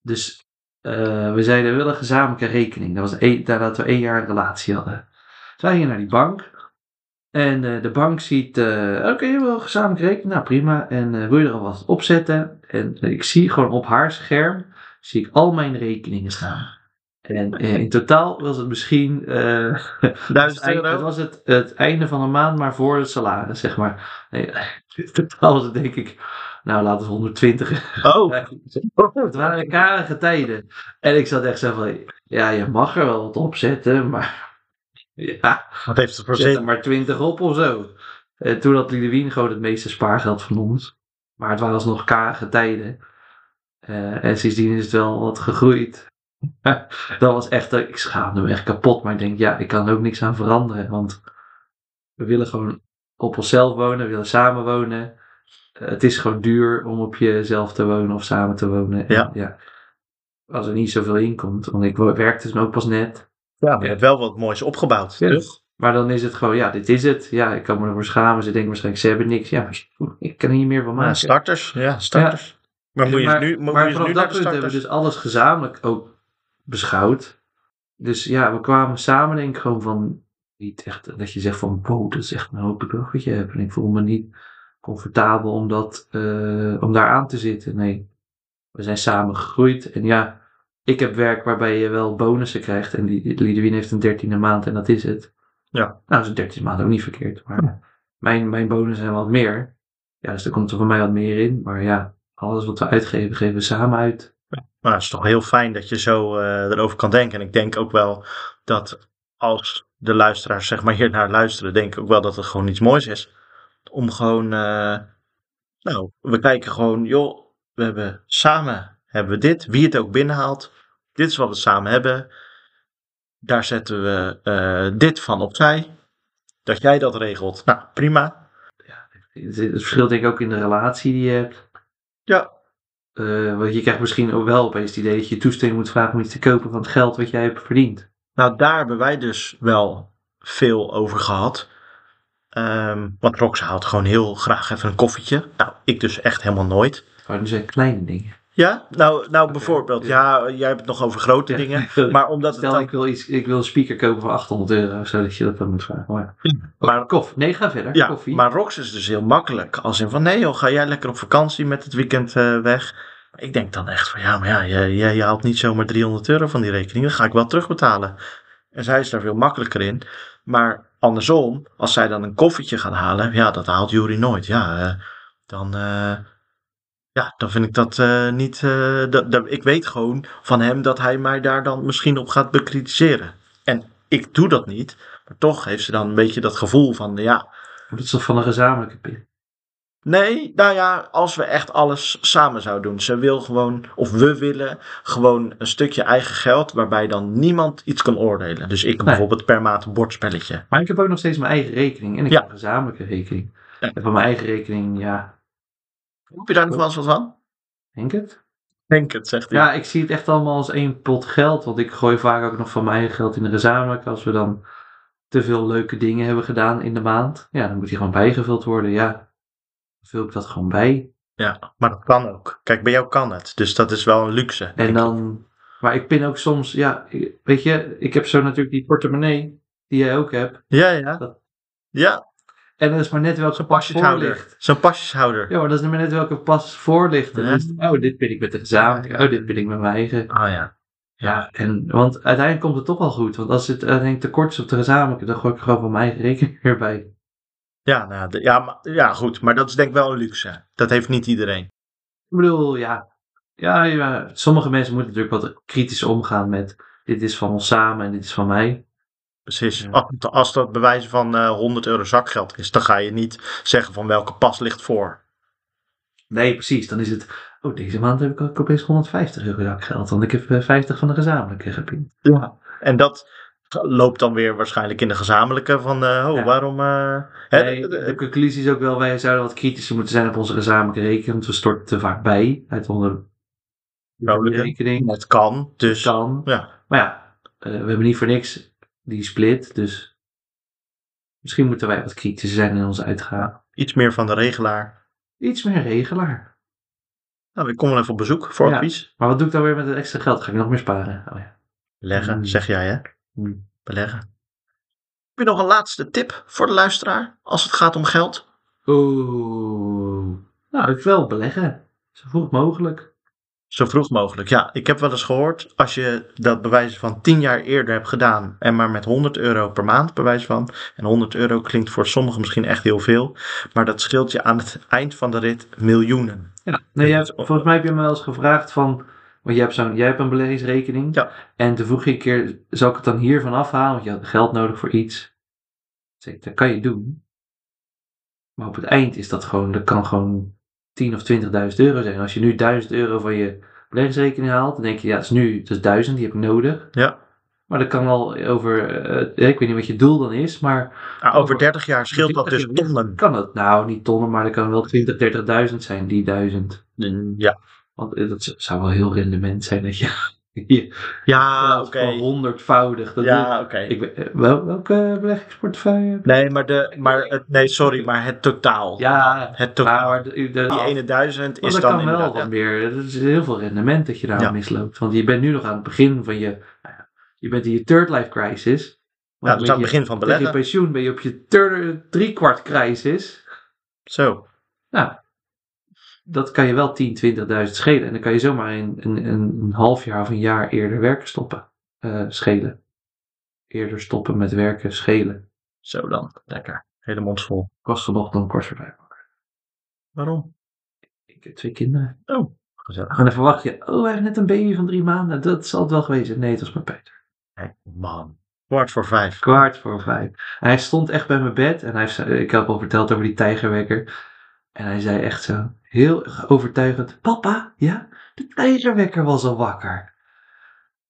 C: Dus eh, we zeiden, we willen een gezamenlijke rekening. Dat was één, nadat we één jaar een relatie hadden. Dus wij gingen naar die bank. En eh, de bank ziet, eh, oké, we willen een gezamenlijke rekening. Nou, prima. En eh wil je er al wat op zetten? En eh, ik zie gewoon op haar scherm, zie ik al mijn rekeningen staan. En eh, in totaal was het misschien... eh,
D: 1000
C: het, eind- het
D: euro?
C: was het, het einde van de maand, maar voor het salaris, zeg maar. Nee, in totaal was het denk ik, nou laten we 120.
D: Oh,
C: Het waren karige tijden. En ik zat echt zo van, ja, je mag er wel wat op zetten, maar ja,
D: wat heeft het voor
C: zet er
D: zin?
C: maar 20 op of zo. En toen had Lidewien gewoon het meeste spaargeld van ons. Maar het waren alsnog karige tijden. Eh, en sindsdien is het wel wat gegroeid. dat was echt, eh, ik schaamde me echt kapot. Maar ik denk, ja, ik kan er ook niks aan veranderen. Want we willen gewoon op onszelf wonen, we willen samen wonen. Eh, het is gewoon duur om op jezelf te wonen of samen te wonen. En
D: Ja.
C: Als er niet zoveel inkomt. Want ik wo- werkte toen ook pas net.
D: Ja, maar je hebt wel wat moois opgebouwd,
C: Ja.
D: toch?
C: Maar dan is het gewoon, ja, dit is het. Ja, ik kan me ervoor schamen. Ze denken waarschijnlijk, ze hebben niks. Ja, maar ik kan er niet meer van
D: Ja,
C: maken.
D: starters, ja, starters. Maar moet je
C: Eh, maar,
D: het nu, moet
C: maar
D: je het
C: vanaf
D: nu
C: dat
D: naar de
C: punt hebben
D: starters?
C: we dus alles gezamenlijk ook beschouwd. Dus ja, we kwamen samen denk ik gewoon van, niet echt, dat je zegt van, wow, dat is echt een hoop bedrag wat je hebt. En ik voel me niet comfortabel om, dat, eh, om daar aan te zitten. Nee, we zijn samen gegroeid. En ja, ik heb werk waarbij je wel bonussen krijgt. En die- Lidewien heeft een dertiende maand en dat is het.
D: Ja. Hm.
C: Nou, is een dertiende maand ook niet verkeerd. Maar
D: Ja.
C: mijn, mijn bonussen zijn wat meer. Ja, dus er komt er voor mij wat meer in. Maar ja, alles wat we uitgeven, geven we samen uit.
D: Maar het is toch heel fijn dat je zo eh, erover kan denken. En ik denk ook wel dat als de luisteraars zeg maar hiernaar luisteren, denk ik ook wel dat het gewoon iets moois is. Om gewoon, eh, nou, we kijken gewoon, joh, we hebben samen hebben we dit, wie het ook binnenhaalt. Dit is wat we samen hebben. Daar zetten we eh, dit van opzij. Dat jij dat regelt. Nou, prima.
C: Het, het verschilt denk ik ook in de relatie die je hebt.
D: Ja.
C: Eh, want je krijgt misschien ook wel opeens het idee dat je toestemming moet vragen om iets te kopen van het geld wat jij hebt verdiend.
D: Nou, daar hebben wij dus wel veel over gehad. Ehm, want Roxa had gewoon heel graag even een koffietje. Nou, ik dus echt helemaal nooit.
C: Maar Oh, dat zijn kleine dingen.
D: Ja, nou, nou bijvoorbeeld,
C: ja.
D: ja, jij hebt het nog over grote dingen.
C: Maar
D: Maar omdat het
C: Stel,
D: dan...
C: ik wil, iets, ik wil een speaker kopen voor 800 euro, zodat je dat dan moet vragen. Maar,
D: Maar-
C: koffie. Nee, ga verder.
D: Ja,
C: koffie.
D: maar Rox is dus heel makkelijk. Als in van, nee joh, ga jij lekker op vakantie met het weekend eh, weg. Maar ik denk dan echt van, ja, maar ja, je, je, je haalt niet zomaar 300 euro van die rekening. Dat ga ik wel terugbetalen. En zij is daar veel makkelijker in. Maar andersom, als zij dan een koffietje gaat halen, ja, dat haalt Jury nooit. Ja, eh, dan, eh, ja, dan vind ik dat eh, niet... eh, dat, dat- ik weet gewoon van hem dat hij mij daar dan misschien op gaat bekritiseren. En ik doe dat niet. Maar toch heeft ze dan een beetje dat gevoel van, ja,
C: Oh, Dat is toch van een gezamenlijke pil.
D: Nee, nou ja, als we echt alles samen zouden doen. Ze wil gewoon, of we willen, gewoon een stukje eigen geld waarbij dan niemand iets kan oordelen. Dus ik bijvoorbeeld per maand een bordspelletje.
C: Maar ik heb ook nog steeds mijn eigen rekening. En ik
D: Ja.
C: heb een gezamenlijke rekening.
D: Ja.
C: En van mijn eigen rekening, ja,
D: Heb je daar nog wel eens wat van?
C: denk het.
D: Denk het, zegt hij.
C: Ja, ik zie het echt allemaal als één pot geld. Want ik gooi vaak ook nog van mijn eigen geld in de gezamenlijke. Als we dan te veel leuke dingen hebben gedaan in de maand. Ja, dan moet die gewoon bijgevuld worden. Ja, dan vul ik dat gewoon bij.
D: Ja, maar dat kan ook. Kijk, bij jou kan het. Dus dat is wel een luxe.
C: En
D: denk ik.
C: dan... Maar ik pin ook soms... Ja, weet je, ik heb zo natuurlijk die portemonnee. die jij ook hebt.
D: Ja, ja.
C: Dat-
D: Ja,
C: En dat is maar net welke
D: zo'n
C: pas voor
D: pasjeshouder.
C: ligt.
D: Zo'n pasjeshouder.
C: Ja, maar dat is maar net welke pas voor ligt. En
D: Ja.
C: dan is het, Oh, dit ben ik met de gezamenlijke. Oh, dit ben ik met mijn eigen.
D: Oh ja.
C: Ja, en, want uiteindelijk komt het toch wel goed. Want als het uiteindelijk tekort is op de gezamenlijke, dan gooi ik er gewoon van mijn eigen rekening weer bij.
D: Ja, nou, de- ja, maar- ja, goed. Maar dat is denk ik wel een luxe. Dat heeft niet iedereen.
C: Ik bedoel, ja. Ja, ja, sommige mensen moeten natuurlijk wat kritisch omgaan met dit is van ons samen en dit is van mij.
D: Precies.
C: Ja.
D: Als- Als dat bewijzen van eh 100 euro zakgeld is, dan ga je niet zeggen van welke pas ligt voor.
C: Nee, precies. Dan is het, oh, deze maand heb ik ook opeens 150 euro zakgeld, want ik heb eh, 50 van de gezamenlijke gepint.
D: Ja. En dat loopt dan weer waarschijnlijk in de gezamenlijke van, eh, oh,
C: Ja.
D: waarom... eh, hè,
C: Nee,
D: de-
C: de conclusie is ook wel, wij zouden wat kritischer moeten zijn op onze gezamenlijke rekening, want we storten te vaak bij uit onze
D: Vrolijke.
C: rekening.
D: het kan, dus...
C: Dan.
D: Ja.
C: Maar ja, eh, we hebben niet voor niks die split, dus misschien moeten wij wat kritischer zijn in onze uitgaven.
D: Iets meer van de regelaar.
C: Iets meer regelaar.
D: Nou, ik kom wel even op bezoek voor
C: Ja.
D: advies.
C: Maar wat doe ik dan weer met het extra geld? Ga ik nog meer sparen? Oh ja.
D: Beleggen,
C: Mm.
D: zeg jij hè?
C: Mm.
D: Beleggen. Heb je nog een laatste tip voor de luisteraar als het gaat om geld?
C: Oeh. Nou, ik wil beleggen. Zo vroeg mogelijk.
D: Zo vroeg mogelijk. Ja, ik heb wel eens gehoord, als je dat bewijs van 10 jaar eerder hebt gedaan en maar met 100 euro per maand bewijs van, en 100 euro klinkt voor sommigen misschien echt heel veel, maar dat scheelt je aan het eind van de rit miljoenen.
C: Ja. Nee, jij
D: Dat
C: hebt-
D: is-
C: volgens mij heb je me wel eens gevraagd van... Want jij hebt, zo'n, jij hebt een beleggingsrekening.
D: Ja.
C: En toen vroeg je een keer, zal ik het dan hiervan afhalen? Want je had geld nodig voor iets. Toen zei ik, dat kan je doen. Maar op het eind is dat gewoon, dat kan gewoon 10 of 20.000 euro zijn. Als je nu 1000 euro van je beleggingsrekening haalt, dan denk je, ja, dat is nu dat is 1000, die heb ik nodig.
D: Ja.
C: Maar dat kan al over, eh, ik weet niet wat je doel dan is, maar
D: Nou, over 30 jaar scheelt dat dus
C: 30 jaar.
D: tonnen.
C: kan het? Nou, niet tonnen, maar dat kan wel 20, 30.000 zijn, die duizend.
D: Mm, Ja,
C: Want eh, dat z- zou wel heel rendement zijn dat je je
D: ja
C: geld
D: Ah, oké.
C: voor honderdvoudig. Dat
D: Ja, oké.
C: doe- ik, weet- eh, wel, welke beleggingsportefeuille? heb je?
D: Nee, maar de, maar het, nee, sorry, maar het totaal.
C: Ja,
D: Het
C: maar,
D: totaal.
C: de- de-
D: Die ene duizend
C: want
D: is
C: dat
D: dan
C: kan wel
D: inderdaad.
C: dan
D: ja.
C: weer. Er is heel veel rendement dat je daar
D: Ja.
C: misloopt. Want je bent nu nog aan het begin van je, nou ja, je bent in je third life crisis.
D: Ja, dat is aan
C: aan
D: het begin van
C: Tegen je
D: beleggen.
C: pensioen ben je op je third, driekwart crisis.
D: Zo.
C: dat kan je wel 10, 20.000 schelen. En dan kan je zomaar een, een, een half jaar of een jaar eerder werken stoppen. Eh, schelen. Eerder stoppen met werken, schelen.
D: Zo dan. Lekker. Hele mond vol.
C: Kost vanochtend een korter bijpakken.
D: Waarom?
C: Ik heb twee kinderen.
D: Oh, gezellig.
C: En dan verwacht je, oh, hij heeft net een baby van drie maanden. Dat zal het wel geweest zijn. Nee, het was maar Peter.
D: Hey, man. Kwart voor vijf.
C: Kwart voor vijf. En hij stond echt bij mijn bed. En hij zei, ik heb al verteld over die tijgerwekker. En hij zei echt zo, heel overtuigend. Papa, ja, de tijgerwekker was al wakker.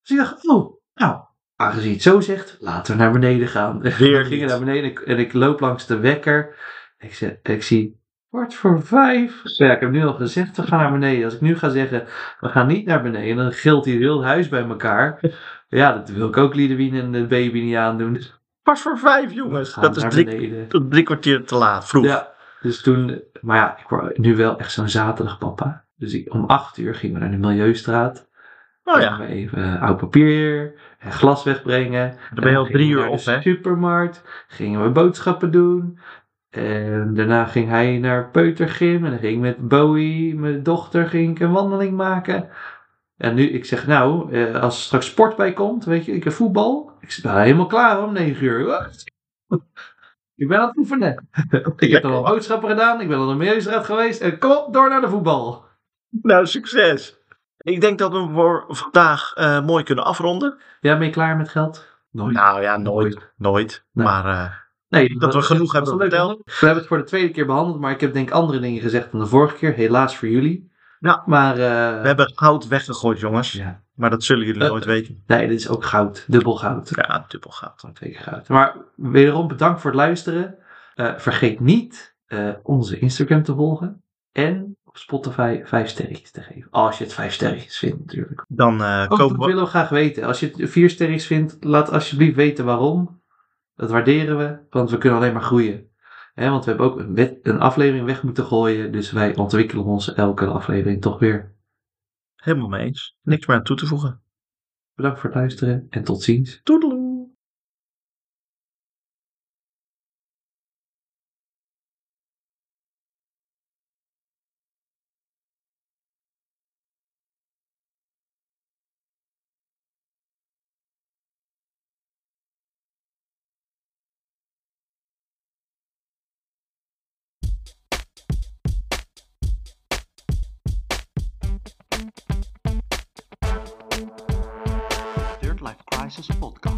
C: Dus ik dacht, oh, nou, aangezien je het zo zegt, laten we naar beneden gaan.
D: Weer
C: we gingen
D: niet.
C: naar beneden en ik, en ik loop langs de wekker. Ik, zeg, ik zie kwart voor vijf. Ja, ik heb nu al gezegd, we gaan naar beneden. Als ik nu ga zeggen, we gaan niet naar beneden, dan gilt hier heel het huis bij elkaar. Ja, dat wil ik ook Liedewien en de baby niet aandoen. Dus we
D: Kwart voor vijf, jongens.
C: gaan
D: Dat is
C: naar
D: drie,
C: beneden.
D: dat is drie kwartier te laat. Vroeg.
C: Ja, dus toen, maar ja, ik word nu wel echt zo'n zaterdagpapa. Dus ik, om acht uur gingen we naar de Milieustraat.
D: Oh
C: Gingen
D: ja.
C: we Even eh, oud papier en glas wegbrengen.
D: Dan ben je al
C: En gingen
D: drie
C: we
D: uur
C: naar
D: op,
C: de
D: hè?
C: supermarkt. Gingen we boodschappen doen. En daarna ging hij naar Peutergym. En dan ging ik met Bowie, mijn dochter, ging ik een wandeling maken. En nu, ik zeg nou, eh, als er straks sport bij komt, weet je, ik heb voetbal. Ik zit nou helemaal klaar om negen uur. Wat? Ik ben aan het oefenen. ik heb
D: Lekker.
C: dan al boodschappen gedaan. Ik ben al naar de milieustraat geweest. En kom op, door naar de voetbal.
D: Nou, succes. Ik denk dat we voor vandaag eh, mooi kunnen afronden.
C: Ja, ben je klaar met geld? Nooit.
D: Nou ja, nooit. Nooit.
C: Nee.
D: Maar eh,
C: Nee,
D: dat we genoeg
C: was
D: hebben
C: een leuke
D: verteld.
C: We hebben het voor de tweede keer behandeld, maar ik heb denk ik andere dingen gezegd dan de vorige keer. Helaas voor jullie.
D: Ja.
C: Maar
D: We
C: eh,
D: hebben goud weggegooid, jongens.
C: ja.
D: Maar dat zullen jullie
C: Eh,
D: nooit weten.
C: nee, dit is ook goud. Dubbel goud.
D: Ja, dubbel goud.
C: Twee keer goud. Maar wederom bedankt voor het luisteren. Eh, vergeet niet eh, onze Instagram te volgen. En op Spotify vijf sterretjes te geven. Als je het vijf sterretjes vindt natuurlijk.
D: Dan eh
C: Ook
D: komen
C: Oh, dat
D: we...
C: willen we graag weten. Als je het vier sterretjes vindt, laat alsjeblieft weten waarom. Dat waarderen we, want we kunnen alleen maar groeien. Hè, want we hebben ook een, wet- een aflevering weg moeten gooien, dus wij ontwikkelen ons elke aflevering toch weer.
D: Helemaal mee eens. Niks meer aan toe te voegen.
C: Bedankt voor het luisteren en tot ziens.
D: Toedeloe. Crisis Podcast.